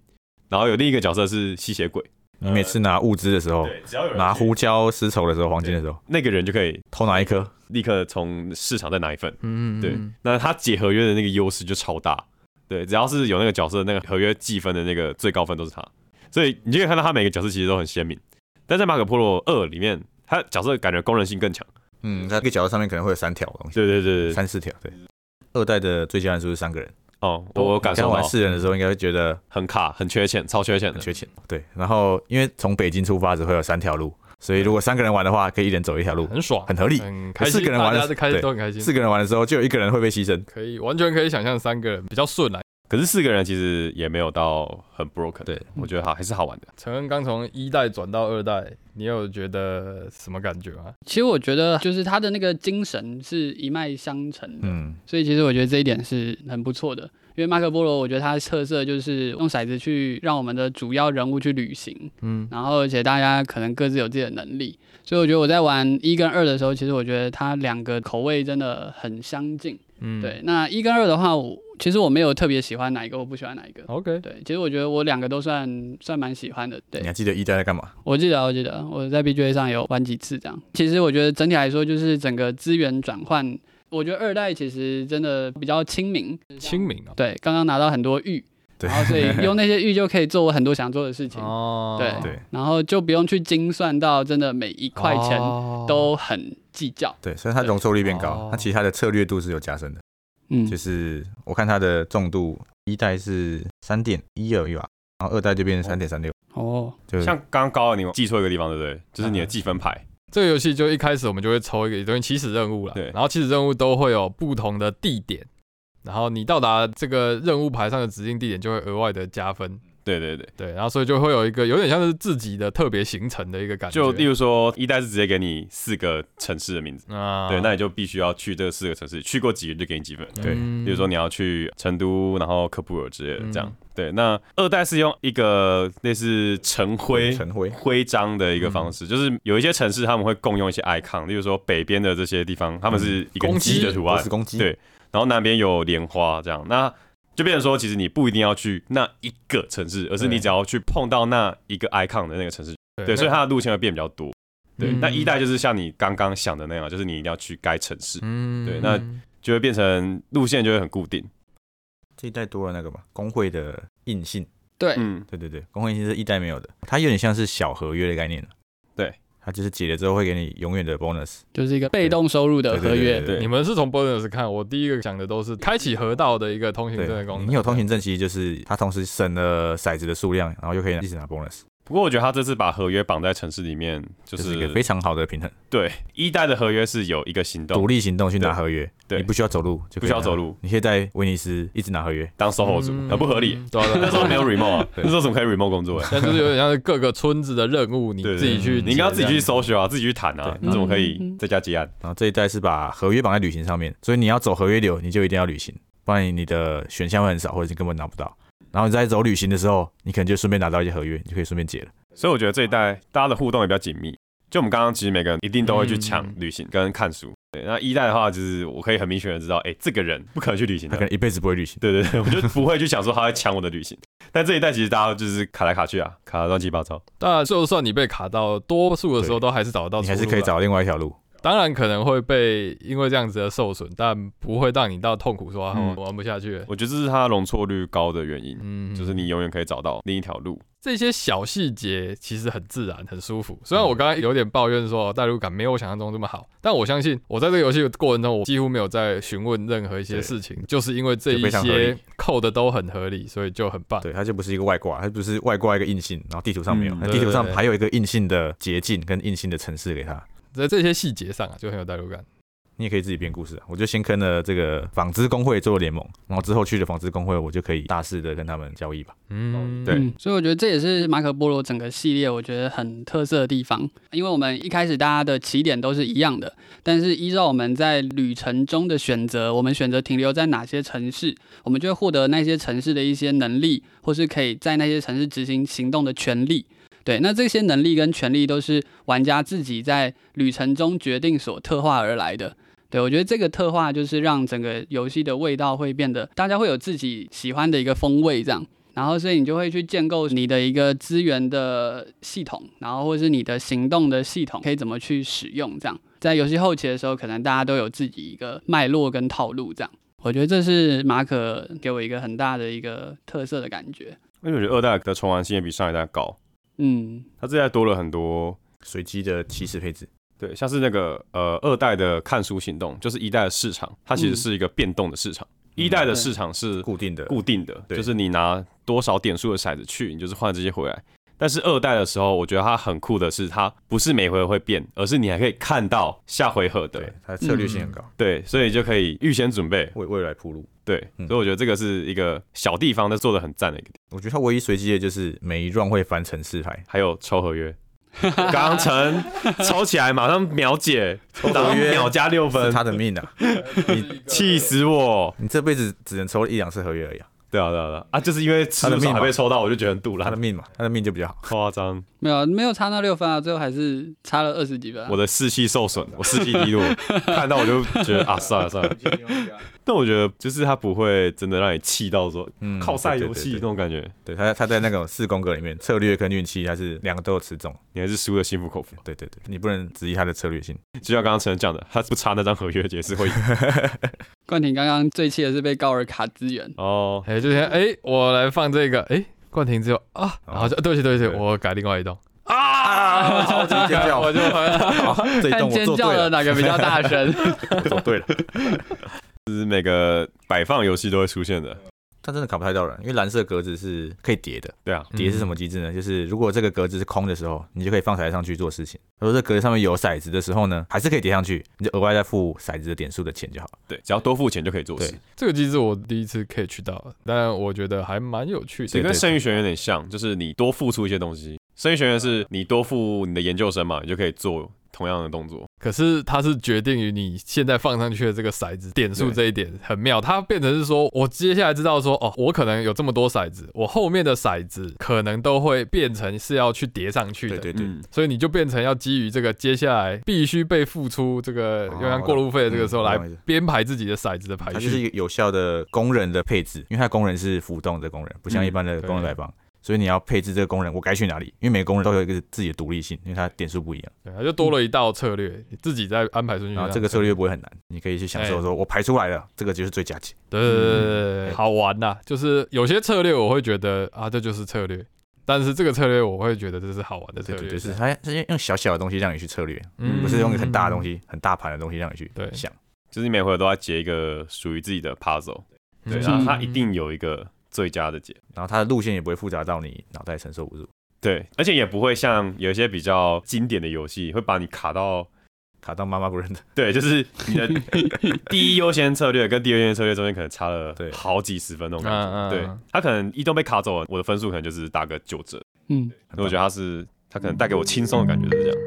Speaker 1: 然后有另一个角色是吸血鬼，
Speaker 4: 你每次拿物资的时
Speaker 2: 哦
Speaker 4: 候，
Speaker 1: 对，只要有
Speaker 4: 拿胡椒丝绸的时候，黄金的时候，
Speaker 1: 那个人就可以
Speaker 4: 偷拿一颗，
Speaker 1: 立刻从市场再拿一份。
Speaker 2: 嗯，嗯
Speaker 1: 对，那他解合约的那个优势就超大。对，只要是有那个角色，那个合约计分的那个最高分都是他，所以你就可以看到他每个角色其实都很鲜明。但在马可波罗二里面，他角色感觉功能性更强。
Speaker 4: 嗯，在一个角色上面可能会有三条东西，
Speaker 1: 对对对对，
Speaker 4: 三四条。对，二代的最佳人数是三个人，
Speaker 1: 哦，我我感
Speaker 4: 刚
Speaker 1: 受
Speaker 4: 玩
Speaker 1: 到嗯
Speaker 4: 四人的时候应该会觉得
Speaker 1: 很卡，很缺钱，超缺钱的
Speaker 4: 很。缺钱。对，然后因为从北京出发只会有三条路，所以如果三个人玩的话，可以一人走一条路，
Speaker 2: 嗯很爽，
Speaker 4: 很合理。
Speaker 2: 很开心，
Speaker 4: 四个人玩的
Speaker 2: 大家是开
Speaker 4: 对
Speaker 2: 都很开心，
Speaker 4: 四个人玩的时候，就有一个人会被牺牲。
Speaker 2: 可以完全可以想象三个人比较顺啊来。
Speaker 1: 可是四个人其实也没有到很 broken。
Speaker 4: 对，
Speaker 1: 我觉得还还是好玩的。
Speaker 2: 陈恩刚从一代转到二代，你有觉得什么感觉吗？
Speaker 3: 其实我觉得，就是他的那个精神是一脉相承的，
Speaker 4: 嗯，
Speaker 3: 所以其实我觉得这一点是很不错的。因为马可波罗，我觉得他的特色就是用骰子去让我们的主要人物去旅行，
Speaker 2: 嗯，
Speaker 3: 然后而且大家可能各自有自己的能力，所以我觉得我在玩一跟二的时候，其实我觉得它两个口味真的很相近。
Speaker 2: 嗯
Speaker 3: 对，那一跟二的话，我其实我没有特别喜欢哪一个，我不喜欢哪一个。
Speaker 2: ，OK，
Speaker 3: 对，其实我觉得我两个都算算蛮喜欢的。对
Speaker 4: 你，还记得一代在干嘛？
Speaker 3: 我记得，我记得我在 BGA 上有玩几次这样。其实我觉得整体来说，就是整个资源转换，我觉得二代其实真的比较亲民。
Speaker 2: 清明啊，
Speaker 3: 对，刚刚拿到很多玉，
Speaker 4: 对
Speaker 3: 然后所以用那些玉就可以做我很多想做的事 情，
Speaker 2: 哦
Speaker 3: 对
Speaker 4: 对
Speaker 3: 然后就不用去精算到真的每一块钱
Speaker 1: 哦
Speaker 3: 都很计较。
Speaker 4: 对，虽然它容错率变高
Speaker 2: 哦，
Speaker 4: 它其实它的策略度是有加深的。
Speaker 3: 嗯
Speaker 4: 就，是我看它的重度，一代是三点一而已吧，然后二代就变成三点三六，
Speaker 3: 哦，
Speaker 4: 就是
Speaker 1: 像刚刚高二你记错一个地方，对不
Speaker 4: 嗯
Speaker 1: 对？就是你的计分牌，
Speaker 2: 这个游戏就一开始我们就会抽一个等于起始任务了，
Speaker 1: 对
Speaker 2: 然后起始任务都会有不同的地点，然后你到达这个任务牌上的指定地点就会额外的加分，
Speaker 1: 对对对。
Speaker 2: 对，然后所以就会有一个有点像是自己的特别行程的一
Speaker 4: 啊
Speaker 2: 个感觉，
Speaker 1: 就例如说，一代是直接给你四个城市的名字，
Speaker 2: 啊，嗯
Speaker 1: 对，那你就必须要去这四个城市，去过几个就给你几分。
Speaker 4: 对
Speaker 1: 比如说你要去成都，然后科布尔之类的这样
Speaker 2: 嗯。
Speaker 1: 对，那二代是用一个类似晨徽
Speaker 4: 晨灰，
Speaker 1: 徽章的一个方
Speaker 2: 嗯
Speaker 1: 式，就是有一些城市他们会共用一些 icon，例如说北边的这些地方，他们是一个
Speaker 2: 嗯公
Speaker 1: 鸡
Speaker 2: 鸡
Speaker 1: 的图
Speaker 4: 我
Speaker 1: 案
Speaker 4: 是，公鸡，
Speaker 1: 对然后南边有莲花这样，那就变成说，其实你不一定要去那一个城市，而是你
Speaker 2: 对
Speaker 1: 只要去碰到那一个 icon 的那个城市，
Speaker 2: 对
Speaker 1: 对，所以
Speaker 2: 那
Speaker 1: 它的路线会变比较多。对，
Speaker 2: 嗯
Speaker 1: 那一代就是像你刚刚想的那样，就是你一定要去该城市，
Speaker 2: 嗯
Speaker 1: 对那就会变成路线就会很固定。
Speaker 4: 这一代多了那个嘛，工会的硬性，
Speaker 3: 对，
Speaker 1: 嗯，
Speaker 4: 对对对，工会硬性是一代没有的，它有点像是小合约的概念了
Speaker 1: 对，
Speaker 4: 它就是解了之后会给你永远的 bonus
Speaker 3: 就是一个被动收入的
Speaker 4: 对对
Speaker 3: 合
Speaker 4: 对
Speaker 3: 约。
Speaker 4: 对
Speaker 2: 你
Speaker 4: 对
Speaker 2: 们是从 bonus 看，我第一个想的都是开启河道的一个通行证的功
Speaker 4: 对，
Speaker 2: 能，
Speaker 4: 你有通行证，其实就是它同时省了骰子的数量，然后又可以一直拿 bonus，
Speaker 1: 不过我觉得他这次把合约绑在城市里面，就
Speaker 4: 就是
Speaker 1: 是
Speaker 4: 一个非常好的平衡，
Speaker 1: 对一代的合约是有一个行动
Speaker 4: 独，立行动去拿
Speaker 1: 对
Speaker 4: 合约，
Speaker 1: 对
Speaker 4: 你不需要走路就可
Speaker 1: 不
Speaker 4: 以
Speaker 1: 需要
Speaker 4: 拿
Speaker 1: 走，路
Speaker 4: 你可以在威尼斯一直拿合约，
Speaker 1: 当 SOHO 族，很不合理。
Speaker 2: 嗯，对啊对啊
Speaker 1: 那时候没有 remote，啊
Speaker 4: 对
Speaker 1: 那时候怎么可以 remote 工作呀？
Speaker 2: 但就是有点像是各个村子的任务，你
Speaker 1: 对
Speaker 2: 自己去，
Speaker 1: 你应该要自己去。social 啊，自己去谈啊
Speaker 4: 对，
Speaker 1: 你怎么可
Speaker 2: 嗯
Speaker 1: 以在家接案？
Speaker 4: 然后这一代是把合约绑在旅行上面，所以你要走合约流，你就一定要旅行，不然你的选项会很少，或者是根本拿不到。然后你在走旅行的时候，你可能就顺便拿到一些合约，你就可以顺便解了。
Speaker 1: 所以我觉得这一代大家的互动也比较紧密。就我们刚刚其实每个人一定都会去抢
Speaker 2: 嗯
Speaker 1: 旅行跟看书。对，那一代的话，就是我可以很明确的知道，哎、这个人不可能去旅行
Speaker 4: 他
Speaker 1: 的
Speaker 4: 可。能一辈子不会旅行。
Speaker 1: 对对 对，我就不会去想说他会抢我的旅行。但这一代其实大家就是卡来卡去啊，卡的乱七八糟。
Speaker 2: 但就算你被卡到，多数的时候都还是找得到出
Speaker 4: 你
Speaker 2: 路啦，
Speaker 4: 还是可以找另外一条路，
Speaker 2: 当然可能会被因为这样子而受损，但不会让你到痛苦说、啊、
Speaker 1: 嗯
Speaker 2: 我玩不下去了。
Speaker 1: 我觉得这是它容错率高的原因，
Speaker 2: 嗯，
Speaker 1: 就是你永远可以找到另一条路。
Speaker 2: 这些小细节其实很自然，很舒服。虽然我刚刚有点抱怨说代入感没有我想象中这么好，但我相信我在这个游戏的过程中，我几乎没有在询问任何一些
Speaker 4: 对
Speaker 2: 事情，就是因为这
Speaker 4: 就非
Speaker 2: 一
Speaker 4: 常合理
Speaker 2: 些扣的都很合理，所以就很棒。
Speaker 4: 对，它就不是一个外挂，它不是外挂一个硬性，然后地图上没有，
Speaker 1: 嗯
Speaker 4: 它
Speaker 2: 对
Speaker 4: 地图上
Speaker 2: 对对
Speaker 4: 还有一个硬性的捷径跟硬性的城市给它。
Speaker 2: 在这些细节上啊，就很有代入感。
Speaker 4: 你也可以自己编故事啊。我就先跟了这个纺织工会做联盟，然后之后去了纺织工会，我就可以大肆的跟他们交易吧。
Speaker 2: 嗯，
Speaker 1: 对
Speaker 3: 嗯，所以我觉得这也是马可波罗整个系列我觉得很特色的地方，因为我们一开始大家的起点都是一样的，但是依照我们在旅程中的选择，我们选择停留在哪些城市，我们就会获得那些城市的一些能力，或是可以在那些城市执行行动的权利。对，那这些能力跟权利都是玩家自己在旅程中决定所特化而来的。对，我觉得这个特化就是让整个游戏的味道会变得，大家会有自己喜欢的一个风味这样。然后所以你就会去建构你的一个资源的系统，然后或是你的行动的系统可以怎么去使用，这样在游戏后期的时候，可能大家都有自己一个脉络跟套路，这样我觉得这是马可给我一个很大的一个特色的感觉。
Speaker 1: 而且我觉得二代的重玩性也比上一代高，
Speaker 3: 嗯，
Speaker 1: 它这代多了很多。
Speaker 4: 随机的起始配置，
Speaker 1: 对，像是那个呃二代的看书行动，就是一代的市场，它其实是一个变动的市场。一代的市场是
Speaker 4: 固定的
Speaker 1: 固定的，
Speaker 4: 嗯对
Speaker 1: 就是你拿多少点数的骰子去，你就是换这些回来。但是二代的时候，我觉得它很酷的是，它不是每回合会变，而是你还可以看到下回合的
Speaker 4: 对，，它的策略
Speaker 2: 嗯
Speaker 4: 性很高，
Speaker 1: 对，所以就可以预先准备，
Speaker 4: 为未来铺路。
Speaker 1: 对，
Speaker 4: 嗯
Speaker 1: 所以我觉得这个是一个小地方，但做的很赞的一个点。
Speaker 4: 我觉得它唯一随机的就是每一 round 会翻城市牌，
Speaker 1: 还有抽合 约，刚成抽起来马上秒解，
Speaker 4: 抽
Speaker 1: 然后
Speaker 4: 合约
Speaker 1: 秒加六
Speaker 4: 是
Speaker 1: 分，
Speaker 4: 他的命 啊！你
Speaker 1: 气死我！
Speaker 4: 你这辈子只能抽一两次合约而已、啊，
Speaker 1: 对啊，对啊，对啊，啊，就是因为吃
Speaker 4: 他的
Speaker 1: 的
Speaker 4: 命
Speaker 1: 少还被
Speaker 4: 嘛
Speaker 1: 抽到，我就觉得很堵
Speaker 4: 他的
Speaker 1: 了，
Speaker 4: 命嘛，他的命就比较好。
Speaker 1: 夸张。
Speaker 3: 没有没有差那六分啊，最后还是差了二十几分啊、
Speaker 1: 我的士气受损，我士气低落， 看到我就觉得啊，算了算了。但我觉得就是他不会真的让你气到说
Speaker 4: 嗯，
Speaker 1: 靠赛
Speaker 4: 对对
Speaker 1: 游
Speaker 4: 对
Speaker 1: 戏
Speaker 4: 对
Speaker 1: 那种感觉，
Speaker 4: 对他他在那种四宫格里面，策略跟运气他是两个都有吃中。
Speaker 1: 你还是输的心服口服。
Speaker 4: 对对对，你不能质疑他的策略性。
Speaker 1: 就像刚刚陈讲的，他不差那张合约也是 会赢
Speaker 3: 冠廷刚刚最气的是被高尔卡支援，
Speaker 1: 哦。
Speaker 2: 哎、就像哎、我来放这个，哎、冠廷只有啊，然后就对不起对不起，
Speaker 4: 对
Speaker 2: 我改另外一栋
Speaker 4: 啊！超级尖 叫，
Speaker 2: 我就
Speaker 4: 好这一
Speaker 3: 看
Speaker 4: 栋我
Speaker 3: 尖
Speaker 4: 做
Speaker 3: 叫
Speaker 4: 对
Speaker 3: 的
Speaker 4: 了，
Speaker 3: 哪个比较大声。
Speaker 4: 我 做对 了。
Speaker 1: 就是每个摆放游戏都会出现的，
Speaker 4: 他真的卡不太到人，因为蓝色格子是可以叠的。
Speaker 1: 对啊，
Speaker 4: 叠是什么机制呢？就是如果这个格子是空的时候，你就可以放骰子上去做事情；如果这格子上面有骰子的时候呢，还是可以叠上去，你就额外再付骰子的点数的钱就好了。
Speaker 1: 对，只要多付钱就可以做事
Speaker 4: 对。
Speaker 2: 这个机制我第一次 catch 到，但我觉得还蛮有趣
Speaker 1: 这
Speaker 2: 的。
Speaker 1: 跟剩余学员有点像，就是你多付出一些东西。剩余学员
Speaker 2: 嗯
Speaker 1: 是你多付你的研究生嘛，你就可以做同样的动作。
Speaker 2: 可是它是决定于你现在放上去的这个骰子点数这一点很妙，它变成是说我接下来知道说哦，我可能有这么多骰子，我后面的骰子可能都会变成是要去叠上去的。
Speaker 4: 对对对，
Speaker 1: 嗯
Speaker 2: 所以你就变成要基于这个接下来必须被付出这个
Speaker 4: 哦
Speaker 2: 就像过路费的这个时候
Speaker 4: 嗯
Speaker 2: 来
Speaker 4: 懂意思
Speaker 2: 编排自己的骰子的排
Speaker 4: 它就
Speaker 2: 序。
Speaker 4: 是有效的工人的配置，因为它工人是浮动的工人，不像一般的工人摆放。所以你要配置这个工人，我该去哪里？因为每个工人都有一个自己的独立性，因为它点数不一样。
Speaker 2: 对，它就多了一道策略，你自己在安排顺序啊
Speaker 4: 然
Speaker 2: 上。
Speaker 4: 后啊这个策略不会很难，你可以去享受说，我排出来了，这个就是最佳解。
Speaker 2: 对对对对
Speaker 4: 嗯
Speaker 2: 对，好玩呐、就是有些策略我会觉得啊，这就是策略，但是这个策略我会觉得这是好玩的策
Speaker 4: 对
Speaker 2: 略。
Speaker 4: 对对，是它是用小小的东西让你去策略，
Speaker 2: 嗯
Speaker 4: 不是用一个很大的东西、很大盘的东西让你去
Speaker 2: 对
Speaker 4: 想。
Speaker 1: 就是你每回合都要结一个属于自己的 puzzle，对，
Speaker 2: 嗯
Speaker 1: 然后它一定有一个最佳的解，
Speaker 4: 然后它的路线也不会复杂到你脑袋承受不住，
Speaker 1: 对，而且也不会像有一些比较经典的游戏会把你卡到，
Speaker 4: 卡到妈妈不认得。
Speaker 1: 对，就是你 的第一优先策略跟第二优先策略中间可能差了
Speaker 4: 对
Speaker 1: 好几十分那种感觉，
Speaker 2: 嗯嗯，
Speaker 1: 对
Speaker 2: 嗯，
Speaker 1: 它可能一都被卡走了，我的分数可能就是打个九折，
Speaker 3: 嗯，
Speaker 1: 所以我觉得它是它可能带给我轻松的感觉就是这样。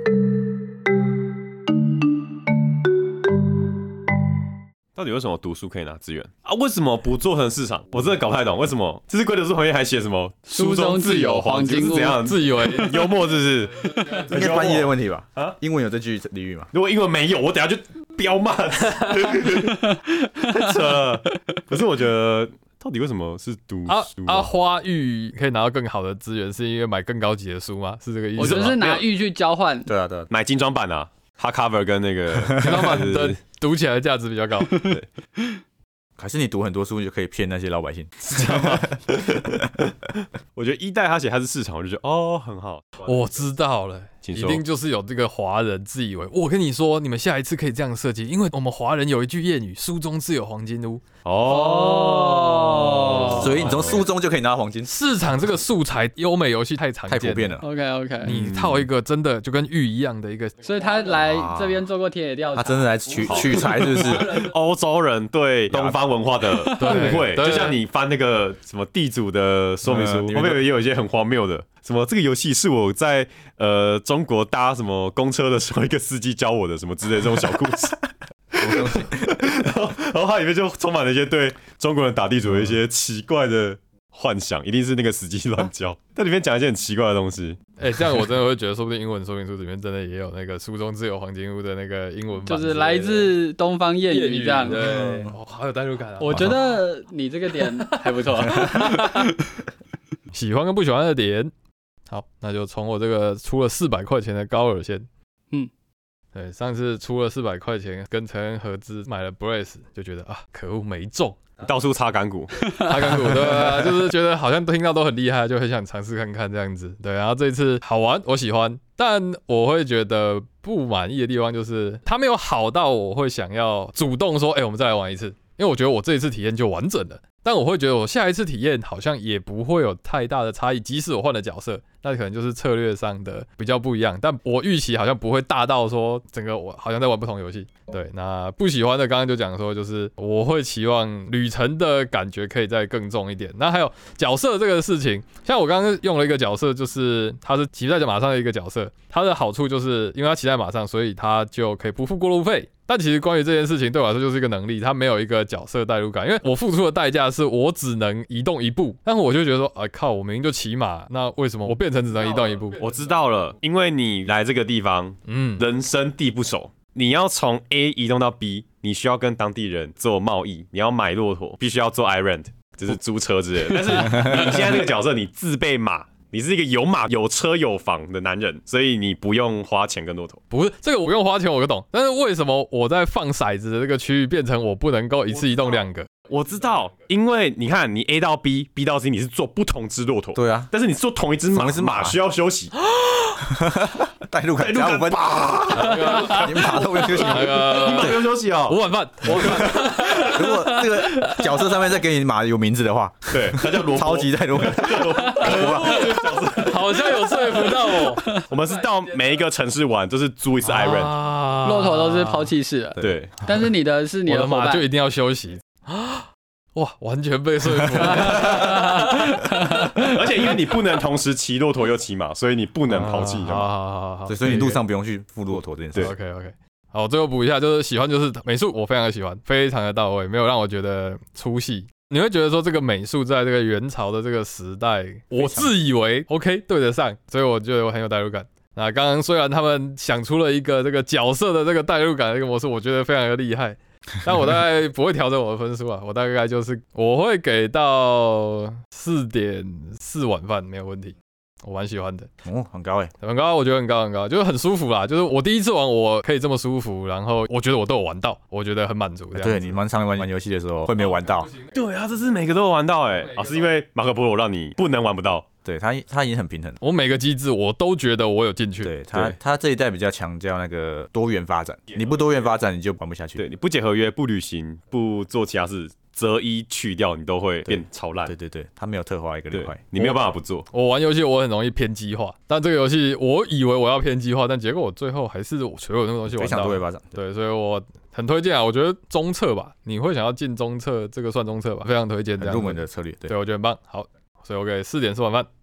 Speaker 1: 到底为什么读书可以拿资源啊？为什么不做成市场？我真的搞不太懂，为什么这次规则书旁边还写什么“
Speaker 3: 书
Speaker 1: 中
Speaker 3: 中
Speaker 1: 自
Speaker 3: 自
Speaker 1: 有
Speaker 3: 有
Speaker 1: 黄
Speaker 3: 黄
Speaker 1: 金”是
Speaker 3: 金屋
Speaker 1: 怎
Speaker 4: 嗯
Speaker 1: 样？
Speaker 2: 自以为
Speaker 1: 幽默是 不
Speaker 4: 应
Speaker 1: 是？
Speaker 4: 该翻译的问题吧？
Speaker 1: 啊
Speaker 4: 啊，英文有这句俚语吗？
Speaker 1: 如果英文没有，我等下就彪骂。太扯了。可是我觉得，到底为什么是读
Speaker 2: 啊
Speaker 1: 书
Speaker 2: 啊花玉可以拿到更好的 资源，是因为买更高级的书吗？是这个意思吗？
Speaker 3: 我觉得是拿玉去交换，
Speaker 4: 对啊，对啊，
Speaker 1: 买精装版啊，哈 cover 跟那个
Speaker 2: 你知道吗？你
Speaker 1: 就
Speaker 2: 的
Speaker 1: 是
Speaker 2: 读起来的价值比较高。
Speaker 4: 还是你读很多书就可以骗那些老百姓？
Speaker 1: 我觉得一代他写他是市场，我就觉得哦很好。
Speaker 2: 我知道了，
Speaker 1: 请
Speaker 2: 一
Speaker 1: 说
Speaker 2: 定就是有这个华人自以为。我跟你说，你们下一次可以这样设计，因为我们华人有一句谚语：“书中自有黄金屋。
Speaker 1: 哦，
Speaker 4: 所以你从书中就可以拿到黄金”，
Speaker 2: 市场这个素材，优美游戏太常
Speaker 4: 太
Speaker 2: 见
Speaker 4: 普遍
Speaker 2: 了。嗯
Speaker 4: 了。
Speaker 3: OK OK，
Speaker 2: 你套一个真的就跟玉一样的一个，
Speaker 3: 所以他来这边做过田野调查，
Speaker 4: 他真的来取取材是不是？
Speaker 1: 欧洲人对东方文化的
Speaker 2: 对
Speaker 1: 误会，
Speaker 2: 对
Speaker 1: 就像你翻那个什么地主的说明书，
Speaker 4: 嗯
Speaker 1: 后面也有一些很荒谬的，什么这个游戏是我在呃中国搭什么公车的时候，一个司机教我的什么之类的这种小故事。然后它里面就充满了一些对中国人打地主的一些奇怪的幻想，一定是那个司机乱教。那里面讲一些很奇怪的东西，
Speaker 2: 哎，这样我真的会觉得，说不定英文说明书里面真的也有那个“书中自有黄金屋”的那个英文版之
Speaker 3: 就
Speaker 2: 类的，
Speaker 3: 是来自东方谚
Speaker 2: 谚
Speaker 3: 语
Speaker 2: 语
Speaker 3: 这样。
Speaker 2: 对，哦，好有代入感啊！
Speaker 3: 我觉得你这个点还不错。
Speaker 2: 喜欢跟不喜欢的点。好，那就从我这个出了四百块钱的高尔先。
Speaker 3: 嗯，
Speaker 2: 对，上次出了四百块钱，跟陈恩合资买了 Brace，就觉得啊，可恶没中。
Speaker 1: 到处插杆骨，
Speaker 2: 他跟股对啊，就是觉得好像听到都很厉害，就很想尝试看看这样子。对，然后这一次好玩，我喜欢，但我会觉得不满意的地方就是它没有好到我会想要主动说，哎、我们再来玩一次，因为我觉得我这一次体验就完整了。但我会觉得我下一次体验好像也不会有太大的差异，即使我换了角色，那可能就是策略上的比较不一样，但我预期好像不会大到说整个我好像在玩不同游戏。对，那不喜欢的刚刚就讲说，就是我会期望旅程的感觉可以再更重一点。那还有角色这个事情，像我刚刚用了一个角色，就是他是骑在马上的一个角色，它的好处就是因为他骑在马上，所以他就可以不付过路费。但其实关于这件事情对我来说就是一个能力，它没有一个角色代入感，因为我付出的代价是我只能移动一步，但我就觉得说，啊靠，我明明就骑马，那为什么我变成只能移动一步？
Speaker 1: 我知道了，因为你来这个地方，
Speaker 2: 嗯，
Speaker 1: 人生地不熟，你要从 A 移动到 B，你需要跟当地人做贸易，你要买骆驼，必须要做 I rent，就是租车之类的。但是你现在这个角色，你自备马，你是一个有马、有车、有房的男人，所以你不用花钱跟骆驼。
Speaker 2: 不是这个我不用花钱我就懂，但是为什么我在放骰子的这个区域变成我不能够一次移动两个？
Speaker 1: 我知道，因为你看，你 A 到 B，B 到 C，你是做不同只骆驼，
Speaker 4: 对啊，
Speaker 1: 但是你做同一只马，
Speaker 4: 同一只马
Speaker 1: 马需要休息，
Speaker 4: 带路感
Speaker 1: 带
Speaker 4: 加
Speaker 1: 路
Speaker 4: 五分， 你马都没有休息。
Speaker 2: 那
Speaker 1: 马
Speaker 2: 个
Speaker 1: 需要休息
Speaker 2: 五
Speaker 1: 哦。
Speaker 2: 碗饭，我
Speaker 4: 如果这个角色上面再给你马有名字的话，
Speaker 1: 对，他叫萝卜。
Speaker 4: 超级啊带 路感。
Speaker 2: 好像有说服到我。
Speaker 1: 我们是到每一个城市玩，就是租一次 I rent，、
Speaker 2: 啊
Speaker 3: 骆驼都是抛，弃式的，
Speaker 1: 对。
Speaker 3: 但是你的是你
Speaker 2: 我的
Speaker 3: 伙
Speaker 2: 马
Speaker 3: 伴
Speaker 2: 就一定要休息啊！哇，完全被说服了。
Speaker 1: 而且因为你不能同时骑骆驼又骑马，所以你不能抛弃，你知道
Speaker 2: 好
Speaker 1: 吗？
Speaker 2: 好好好好，
Speaker 4: 对，所以你路上不用去附骆驼这件事。
Speaker 1: 对
Speaker 2: OK OK。好，我最后补一下，就是喜欢就是美术，我非常的喜欢，非常的到位，没有让我觉得出戏。你会觉得说这个美术在这个元朝的这个时代，我自以为 OK 对得上，所以我觉得我很有代入感。那刚刚虽然他们想出了一个这个角色的这个代入感的这个模式，我觉得非常的厉害，但我大概不会调整我的分数啊，我大概就是我会给到四点四碗饭没有问题，我蛮喜欢的。
Speaker 4: 哦，很高哎，
Speaker 2: 很高，我觉得很高很高，就是很舒服啦。就是我第一次玩，我可以这么舒服，然后我觉得我都有玩到，我觉得很满足。这样
Speaker 4: 对你蛮常玩玩游戏的时候会哦没有玩到，
Speaker 1: 对啊，这是每个都有玩到哎、
Speaker 2: 每个都
Speaker 1: 啊，是因为马可波罗让你不能玩不到，
Speaker 4: 对他他已经很平衡了。
Speaker 2: 我每个机制我都觉得我有进去。
Speaker 4: 对他
Speaker 1: 对
Speaker 4: 他这一代比较强调那个多元发展，你不多元发展你就玩不下去。
Speaker 1: 对，你不解合约、不旅行、不做其他事，择一去掉，你都会变超烂
Speaker 4: 对。对对，他没有特化一个
Speaker 1: 对
Speaker 4: 流派，，
Speaker 1: 你没有办法不做。
Speaker 2: 我玩游戏我很容易偏激化，但这个游戏我以为我要偏激化，但结果我最后还是我所有那个东西
Speaker 4: 非
Speaker 2: 玩
Speaker 4: 常
Speaker 2: 到
Speaker 4: 多元
Speaker 2: 了。
Speaker 4: 发展。
Speaker 2: 对，所以我很推荐啊，我觉得中测吧，你会想要进中测，这个算中测吧，非常推荐这
Speaker 4: 很
Speaker 2: 样
Speaker 4: 入
Speaker 2: 子
Speaker 4: 门，的策略，对
Speaker 2: 对，我觉得很棒。好，所以我给四点四碗饭。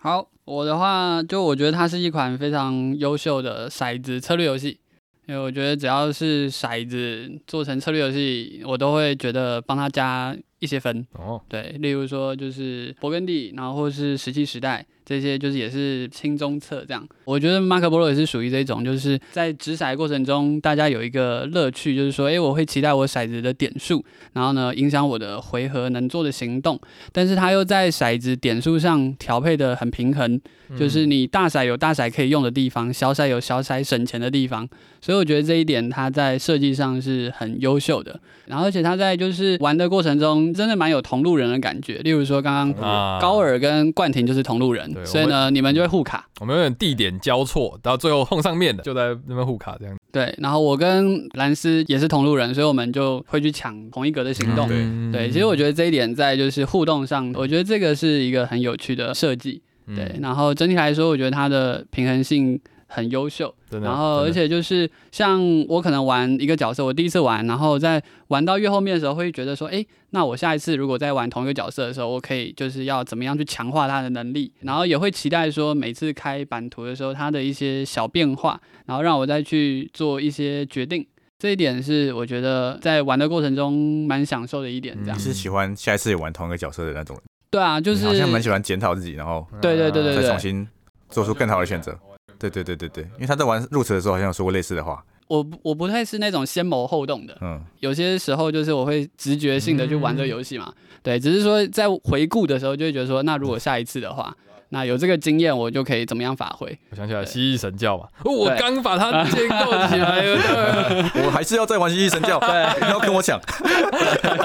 Speaker 3: 好，我的话就我觉得它是一款非常优秀的骰子策略游戏，因为我觉得只要是骰子做成策略游戏，我都会觉得帮它加一些分。
Speaker 2: 哦，
Speaker 3: 对，例如说就是勃艮第，然后或是石器时代，这些就是也是轻中策这样。我觉得马可波罗也是属于这种，就是在掷骰过程中，大家有一个乐趣，就是说，诶，我会期待我骰子的点数，然后呢，影响我的回合能做的行动，但是它又在骰子点数上调配的很平衡，
Speaker 2: 嗯
Speaker 3: 就是你大骰有大骰可以用的地方，小骰有小骰省钱的地方，所以我觉得这一点它在设计上是很优秀的。然后而且它在就是玩的过程中，真的蛮有同路人的感觉。例如说刚刚
Speaker 2: 啊
Speaker 3: 高，尔跟冠廷就是同路人，
Speaker 2: 对
Speaker 3: 所以呢你们就会互卡。
Speaker 2: 我们有点地点交错，到最后碰上面的就在那边互卡这样。
Speaker 3: 对，然后我跟兰斯也是同路人，所以我们就会去抢同一格的行动。
Speaker 4: 对
Speaker 2: 嗯
Speaker 3: 对，其实我觉得这一点在就是互动上，我觉得这个是一个很有趣的设计。
Speaker 2: 得
Speaker 3: 对，然后整体来说，我觉得它的平衡性很优秀。
Speaker 2: 真的。
Speaker 3: 然后，而
Speaker 2: 真的
Speaker 3: 且就是像我可能玩一个角色，我第一次玩，然后在玩到越后面的时候，会觉得说，诶，那我下一次如果再玩同一个角色的时候，我可以就是要怎么样去强化他的能力，然后也会期待说每次开版图的时候，他的一些小变化，然后让我再去做一些决定。这一点是我觉得在玩的过程中蛮享受的一点，这样
Speaker 4: 你。是喜欢下一次也玩同一个角色的那种人，
Speaker 3: 对啊，嗯就
Speaker 4: 嗯你
Speaker 3: 是
Speaker 4: 好像蛮喜欢检讨自己，然后
Speaker 3: 对对对对
Speaker 4: 再
Speaker 3: 对
Speaker 4: 重新做出更好的选择。对对对对对，因为他在玩入池的时候好像有说过类似的话，
Speaker 3: 我不我不太是那种先谋后动的，
Speaker 4: 嗯，
Speaker 3: 有些时候就是我会直觉性的去玩这个游戏嘛，对，只是说在回顾的时候就会觉得说，那如果下一次的话，那有这个经验，我就可以怎么样发挥？
Speaker 2: 我想起来
Speaker 3: 对
Speaker 2: 蜥蜴神教嘛，哦我
Speaker 3: 对
Speaker 2: 刚把它建构起来了。对
Speaker 4: 我还是要再玩《蜥蜴神 教》，你要跟我抢，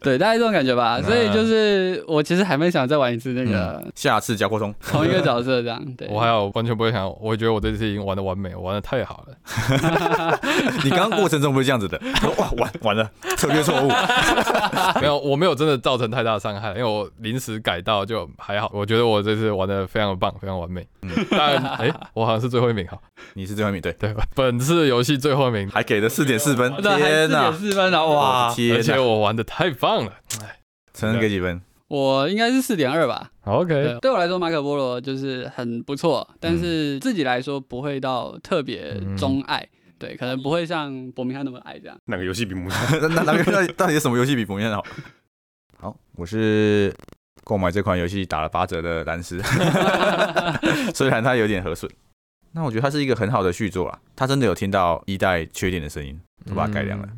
Speaker 3: 对，大概这种感觉吧。
Speaker 4: 嗯
Speaker 3: 所以就是我其实还没想再玩一次那个
Speaker 4: 下次交过通，
Speaker 3: 同一个角色这样。 对，
Speaker 2: 我还有完全不会想，我觉得我这次已经玩的完美，我玩的太好了。
Speaker 4: 你刚刚过程中不是这样子 的，哇，完完了，策略错误，
Speaker 2: 没有，我没有真的造成太大伤害，因为我临时改到就还好。我觉得我这次玩的非常棒，非常完美。
Speaker 4: 嗯
Speaker 2: 但哎、我好像是最后一名哈，
Speaker 4: 你是最后一名，对，
Speaker 2: 对吧？本次游戏最后一名，
Speaker 4: 还给了四点四分，
Speaker 3: 那哦还
Speaker 4: 天
Speaker 3: 四点
Speaker 4: 哪，
Speaker 3: 四分了哇！
Speaker 4: 天
Speaker 2: 而且
Speaker 4: 哪，
Speaker 2: 我玩的太棒了。
Speaker 4: 陈恩给几分？
Speaker 3: 我应该是四点二吧。
Speaker 2: OK，
Speaker 4: 啊
Speaker 3: 对，对我来说马可波罗就是很不错，但是自己来说不会到特别钟爱，对，可能不会像伯明翰那么爱这 样。
Speaker 1: 哪个游戏比目前？
Speaker 4: 那那那到底到底是什么游戏比蒙面好？ 好，我是购买这款游戏打了八折的蓝斯，虽然它有点和顺，那我觉得它是一个很好的续作啦。它真的有听到一代缺点的声音，我把它改良了。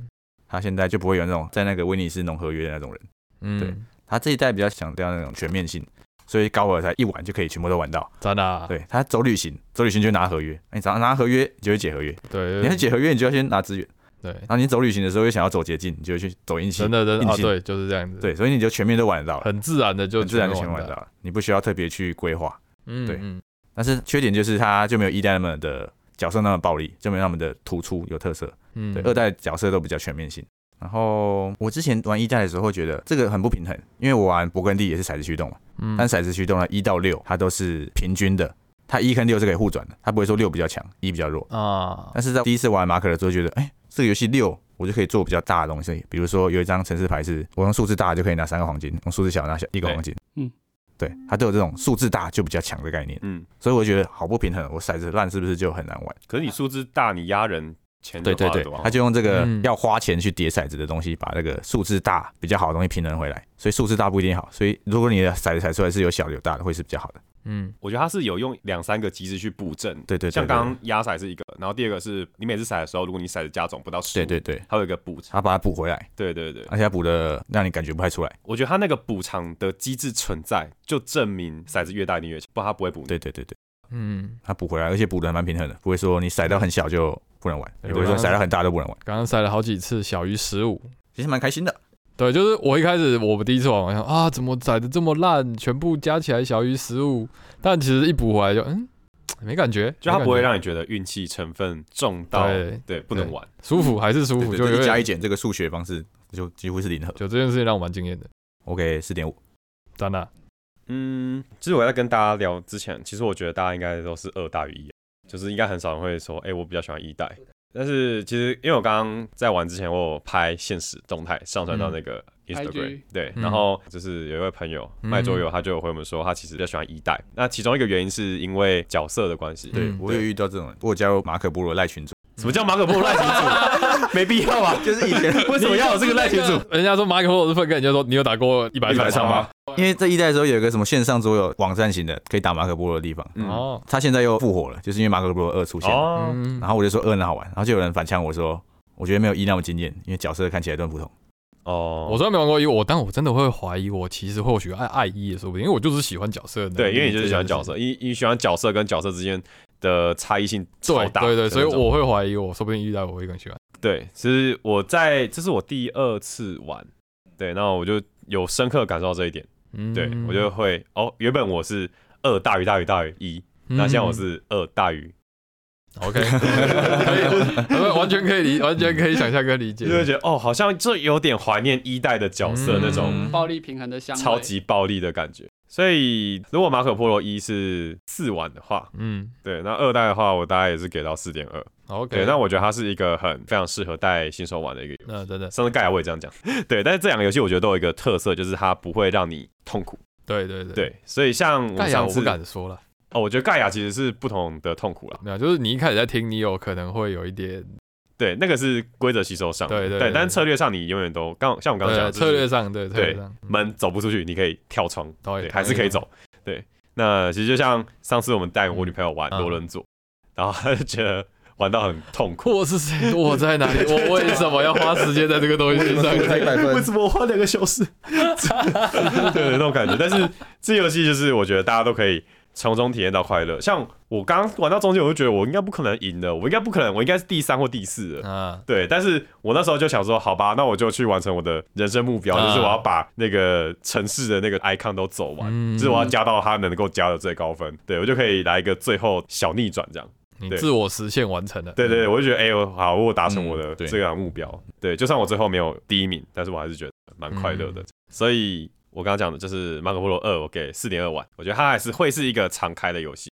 Speaker 4: 它现在就不会有那种在那个威尼斯农合约的那种人，
Speaker 2: 嗯。
Speaker 4: 对
Speaker 2: 嗯，
Speaker 4: 它这一代比较强调那种全面性。所以高尔才一玩就可以全部都玩到，
Speaker 2: 真的啊，
Speaker 4: 对他走旅行，走旅行就拿合约，你只要拿合约，你就会解合约，
Speaker 2: 对，
Speaker 4: 你要解合约，你就要先拿资源，
Speaker 2: 对，
Speaker 4: 然后你走旅行的时候又想要走捷径，你就会去走运气，
Speaker 2: 真的真的
Speaker 4: 硬
Speaker 2: 啊，
Speaker 4: 性
Speaker 2: 对，就是这样子，
Speaker 4: 对，所以你就全面都玩得到了，
Speaker 2: 很自然的就
Speaker 4: 很自然就全
Speaker 2: 全
Speaker 4: 面
Speaker 2: 部
Speaker 4: 玩得
Speaker 2: 到
Speaker 4: 到，了，你不需要特别去规划。
Speaker 2: 嗯，
Speaker 4: 对
Speaker 2: 嗯
Speaker 4: 但是缺点就是它就没有一代那么的角色那么暴力，就没有那么的突出有特色。
Speaker 2: 嗯，
Speaker 4: 对，二代角色都比较全面性。然后我之前玩一代的时候觉得这个很不平衡，因为我玩勃艮第也是骰子驱动嘛，
Speaker 2: 嗯，
Speaker 4: 但骰子驱动呢一到六它都是平均的，它一跟六是可以互转的，它不会说六比较强，一比较弱。
Speaker 2: 啊，
Speaker 4: 但是在第一次玩马可的时候，觉得哎、这个游戏六我就可以做比较大的东西，比如说有一张城市牌是，我用数字大就可以拿三个黄金，用数字小拿小一个黄金。
Speaker 3: 嗯，
Speaker 4: 对，它都有这种数字大就比较强的概念，
Speaker 1: 嗯，
Speaker 4: 所以我觉得好不平衡，我骰子烂是不是就很难玩？
Speaker 1: 可是你数字大，你压人钱就花得多啊
Speaker 4: 他就用这个
Speaker 2: 嗯
Speaker 4: 要花钱去叠骰子的东西，把那个数字大比较好的东西平衡回来。所以数字大不一定好，所以如果你的骰子骰出来是有小的有大的，会是比较好的。
Speaker 2: 嗯
Speaker 1: 我觉得他是有用两三个机制去布阵，
Speaker 4: 对对对，
Speaker 1: 像刚刚压骰是一个，然后第二个是你每次骰的时候，如果你骰子加总不到十，
Speaker 4: 对对对，
Speaker 1: 它有一个补偿。
Speaker 4: 他把它补回来，
Speaker 1: 对对对，
Speaker 4: 而且他补的让你感觉不太出来。
Speaker 1: 我觉得他那个补偿的机制存在，就证明骰子越大你越强，不然他不会补你。
Speaker 4: 对对对对。
Speaker 2: 嗯，
Speaker 4: 它补回来，而且补的蛮平衡的，不会说你骰到很小就不能玩，
Speaker 2: 对
Speaker 4: 也不会说
Speaker 2: 我刚
Speaker 4: 骰到很大都不能玩，
Speaker 2: 刚刚塞了好几次小于十五，
Speaker 4: 其实蛮开心的。
Speaker 2: 对，就是我一开始我第一次玩，我想啊，怎么宰的这么烂，全部加起来小于十五，但其实一补回来就嗯，没感觉，
Speaker 1: 就他
Speaker 2: 没感觉
Speaker 1: 不会让你觉得运气成分重到
Speaker 2: 对
Speaker 1: 对不能玩。
Speaker 2: 舒服，还是舒服，
Speaker 4: 对
Speaker 2: 就
Speaker 4: 对
Speaker 2: 有
Speaker 4: 对一加
Speaker 2: 点
Speaker 4: 一减这个数学方式就几乎是零和。
Speaker 2: 就这件事情让我蛮惊艳的，
Speaker 4: OK，四点五，
Speaker 2: 真的啊，
Speaker 1: 嗯，其实我在跟大家聊之前，其实我觉得大家应该都是二大于一，啊就是应该很少人会说，哎、我比较喜欢一代。但是其实因为我刚刚在玩之前，我有拍现实动态上传到那个 Instagram，、
Speaker 3: IG
Speaker 1: 对，
Speaker 2: 嗯
Speaker 1: 然后就是有一位朋友
Speaker 2: 嗯
Speaker 1: 卖桌游，他就有回我们说，他其实比较喜欢一代。那其中一个原因是因为角色的关系，
Speaker 2: 对
Speaker 4: 嗯我有遇到这种人，我有加入马可波罗赖群组，
Speaker 1: 什么叫马可波罗赖群 组？没必要啊吧？
Speaker 4: 就是以前
Speaker 1: 为什么要有这个赖群组？
Speaker 2: 人家说马可波罗是分跟，你就说你有打过一百
Speaker 4: 100
Speaker 2: 场
Speaker 4: 场
Speaker 2: 吗
Speaker 4: 吗？因为在一代的时候有一个什么线上桌游网站型的可以打马可波罗的地方，
Speaker 5: 嗯
Speaker 2: 哦，
Speaker 4: 它现在又复活了，就是因为马可波罗二出现了。
Speaker 1: 哦，
Speaker 2: 嗯
Speaker 4: 然后我就说二很好玩，然后就有人反呛我说，我觉得没有一那么惊艳，因为角色看起来都很普通。
Speaker 1: 哦，
Speaker 2: 我虽然没玩过一，我但我真的会怀疑，我其实或许爱爱一也说不定，因为我就是喜欢角色的能力。
Speaker 1: 对，因为你就是喜欢角
Speaker 2: 这件事情
Speaker 1: 色，你你喜欢角色跟角色之间的差异性超
Speaker 2: 对
Speaker 1: 大
Speaker 2: 对对，
Speaker 1: 的
Speaker 2: 所以
Speaker 1: 那种
Speaker 2: 我会怀疑，我说不定遇到我会更喜欢。
Speaker 1: 对，其实我在这是我第二次玩，对，那我就有深刻感受到这一点，
Speaker 2: 嗯，
Speaker 1: 对我就会哦，原本我是二大于大于大于一，那现在我是二大于，
Speaker 2: 嗯 OK，可以，完全可以理，完全可以想象跟理解
Speaker 1: 就。会觉得哦，好像这有点怀念一代的角色那种
Speaker 2: 嗯
Speaker 3: 暴力平衡的香味
Speaker 1: 超级暴力的感觉。所以如果马可波罗一是四碗的话，
Speaker 2: 嗯
Speaker 1: 对，那二代的话，我大概也是给到四点二。
Speaker 2: ，OK，
Speaker 1: 对，那我觉得它是一个很非常适合带新手玩的一个游戏。
Speaker 2: 那真的
Speaker 1: 上次盖亚我也这样讲， 对，但是这两个游戏我觉得都有一个特色，就是它不会让你痛苦。
Speaker 2: 对对对。
Speaker 1: 对，所以像我
Speaker 2: 盖
Speaker 1: 们
Speaker 2: 亚
Speaker 1: 上
Speaker 2: 我
Speaker 1: 次
Speaker 2: 不敢说了，
Speaker 1: 哦，我觉得盖亚其实是不同的痛苦啦。
Speaker 2: 没有，啊就是你一开始在听，你有可能会有一点
Speaker 1: 对，那个是规则吸收上的，
Speaker 2: 对对
Speaker 1: 对
Speaker 2: 对
Speaker 1: 但是策略上你永远都刚像我刚刚讲的
Speaker 2: 对策略，上，对策略上，嗯哎
Speaker 1: 就是门走不出去，你可以跳窗，
Speaker 2: 对
Speaker 1: 对，还是可以走。对，那其实就像上次我们带我女朋友玩
Speaker 2: 嗯
Speaker 1: 罗伦佐，然后她就觉得玩到很痛苦。
Speaker 2: 我是谁？我在哪里？我为什么要花时间在这个东西
Speaker 1: 啊
Speaker 2: 上？
Speaker 1: 为什么我花两个小时？ 对，那种感觉。但是这游戏就是我觉得大家都可以从中体验到快乐。像我刚刚玩到中间，我就觉得我应该不可能赢的，我应该不可能，我应该是第三或第四了。
Speaker 2: 啊，
Speaker 1: 对，但是我那时候就想说，好吧，那我就去完成我的人生目标，
Speaker 2: 啊
Speaker 1: 就是我要把那个城市的那个 icon 都走完，
Speaker 2: 嗯
Speaker 1: 就是我要加到它能够加的最高分，对我就可以来一个最后小逆转这样。
Speaker 2: 你
Speaker 1: 对
Speaker 2: 自我实现完成了。
Speaker 1: 对对对，我就觉得，哎、我好，我有达成我的
Speaker 4: 嗯对
Speaker 1: 这个目标。对，就算我最后没有第一名，但是我还是觉得蛮快乐
Speaker 4: 嗯
Speaker 1: 的。所以我刚刚讲的就是《马可波罗二》，我给四点二万，我觉得它还是会是一个常开的游戏。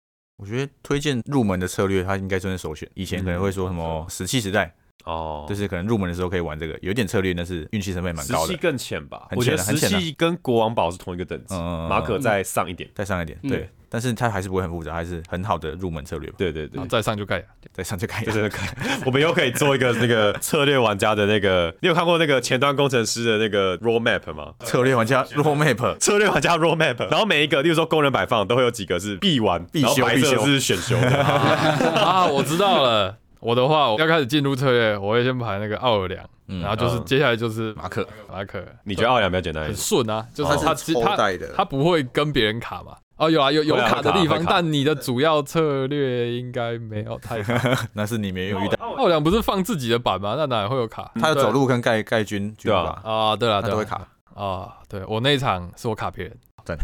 Speaker 4: 我觉得推荐入门的策略，它应该算是首选。以前可能会说什么
Speaker 1: 嗯
Speaker 4: 石器时代，
Speaker 1: 哦
Speaker 4: 就是可能入门的时候可以玩这个，有一点策略，但是运气成分也蛮
Speaker 1: 石
Speaker 4: 高
Speaker 1: 器
Speaker 4: 的。
Speaker 1: 更浅吧？
Speaker 4: 很
Speaker 1: 我觉得
Speaker 4: 浅啊
Speaker 1: 石
Speaker 4: 很浅啊
Speaker 1: 器跟国王堡是同一个等级，
Speaker 4: 嗯
Speaker 1: 马可再上一点。
Speaker 4: 再上一点，
Speaker 3: 嗯
Speaker 4: 对，但是它还是不会很复杂，还是很好的入门策略吧。
Speaker 1: 对对对
Speaker 2: 然后，啊再上就盖亚。
Speaker 4: 再上就可以
Speaker 1: 就
Speaker 4: 了。
Speaker 1: 是 可以，我们又可以做一个那个策略玩家的那个，你有看过那个前端工程师的那个 road map 吗？
Speaker 4: 策略玩家 road map，
Speaker 1: 策略玩家 road map，然后每一个，例如说工人摆放，都会有几个是必玩，
Speaker 4: 必修
Speaker 1: 然后白
Speaker 4: 必
Speaker 1: 色
Speaker 4: 修
Speaker 1: 是选修的。
Speaker 2: 啊， 我知道了。我的话，我要开始进入策略，我会先排那个奥尔良，
Speaker 4: 嗯
Speaker 2: 然后就是
Speaker 1: 嗯
Speaker 2: 接下来就是
Speaker 4: 马克，
Speaker 2: 马可。
Speaker 1: 你觉得奥尔良比较简单一
Speaker 2: 很
Speaker 1: 点？
Speaker 2: 顺啊？就是他他他
Speaker 4: 的
Speaker 2: 他不会跟别人卡嘛？哦，有啊，有有
Speaker 1: 会啊
Speaker 2: 卡的地
Speaker 1: 会卡
Speaker 2: 方
Speaker 1: 会，卡
Speaker 2: 但你的主要策略应该没有太卡。
Speaker 4: 那是你没有遇到，
Speaker 2: 奥尔良不是放自己的版吗？那哪会有卡？
Speaker 4: 他的走路跟盖盖军军
Speaker 1: 对
Speaker 4: 吧，
Speaker 2: 啊，嗯对了，
Speaker 4: 他
Speaker 2: 对啦
Speaker 4: 都会卡。
Speaker 2: 啊。对我那一场是我卡别人，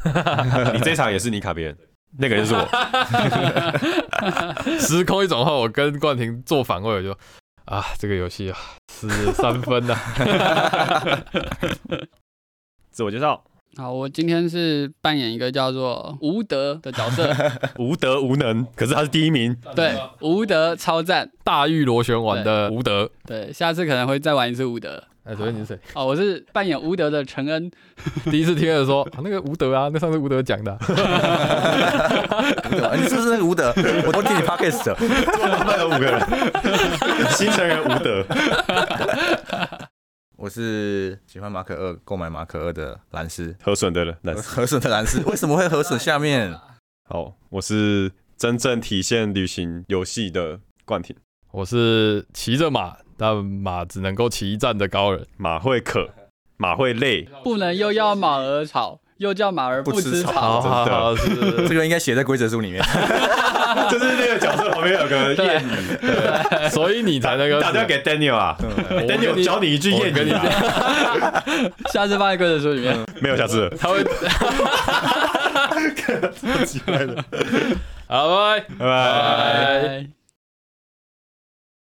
Speaker 1: 你这一场也是你卡别人，那个人是 我。
Speaker 2: 时空一转换，我跟冠廷做反位，我就啊，这个游戏啊是三分啊呐。
Speaker 1: 自我介绍，
Speaker 3: 好，我今天是扮演一个叫做吴德的角色，
Speaker 1: 无德无能，可是他是第一名。
Speaker 3: 对，吴德超赞，
Speaker 2: 大玉螺旋丸的吴德，
Speaker 3: 对，下次可能会再玩一次吴德。
Speaker 2: 哎，昨天你 是谁？
Speaker 3: 哦，我是扮演吴德的陈恩，
Speaker 2: 第一次听的时候，啊那个吴德啊，那上次吴德讲的啊，
Speaker 4: 对吧你是不是那个吴 德？我都听你 podcast，
Speaker 1: 慢慢有五个人， 新成员无德。
Speaker 4: 我是喜欢马可二，购买马可二的蓝斯，
Speaker 1: 和损的人，那
Speaker 4: 合损的蓝斯，为什么会合损下面？
Speaker 1: 好，我是真正体现旅行游戏的冠廷
Speaker 2: 我是骑着马，但马只能够骑一站的高人。
Speaker 1: 马会渴，马会累，
Speaker 3: 不能又要马儿草，又叫马儿
Speaker 4: 不吃
Speaker 3: 吃
Speaker 4: 草
Speaker 3: 草。
Speaker 1: 真的
Speaker 2: 好是
Speaker 4: 这个应该写在规则书里面。
Speaker 1: 就是那个角色旁边有个谚语，
Speaker 2: 对 所以你才能够
Speaker 1: 打电话给 Daniel 啊
Speaker 2: 我跟你
Speaker 1: ，Daniel 教你一句谚语
Speaker 2: 我跟
Speaker 1: 啊，
Speaker 3: 下次放在规则书里面。
Speaker 1: 没有下次了。
Speaker 2: 他会。好，拜拜。
Speaker 1: 拜拜。
Speaker 3: 拜。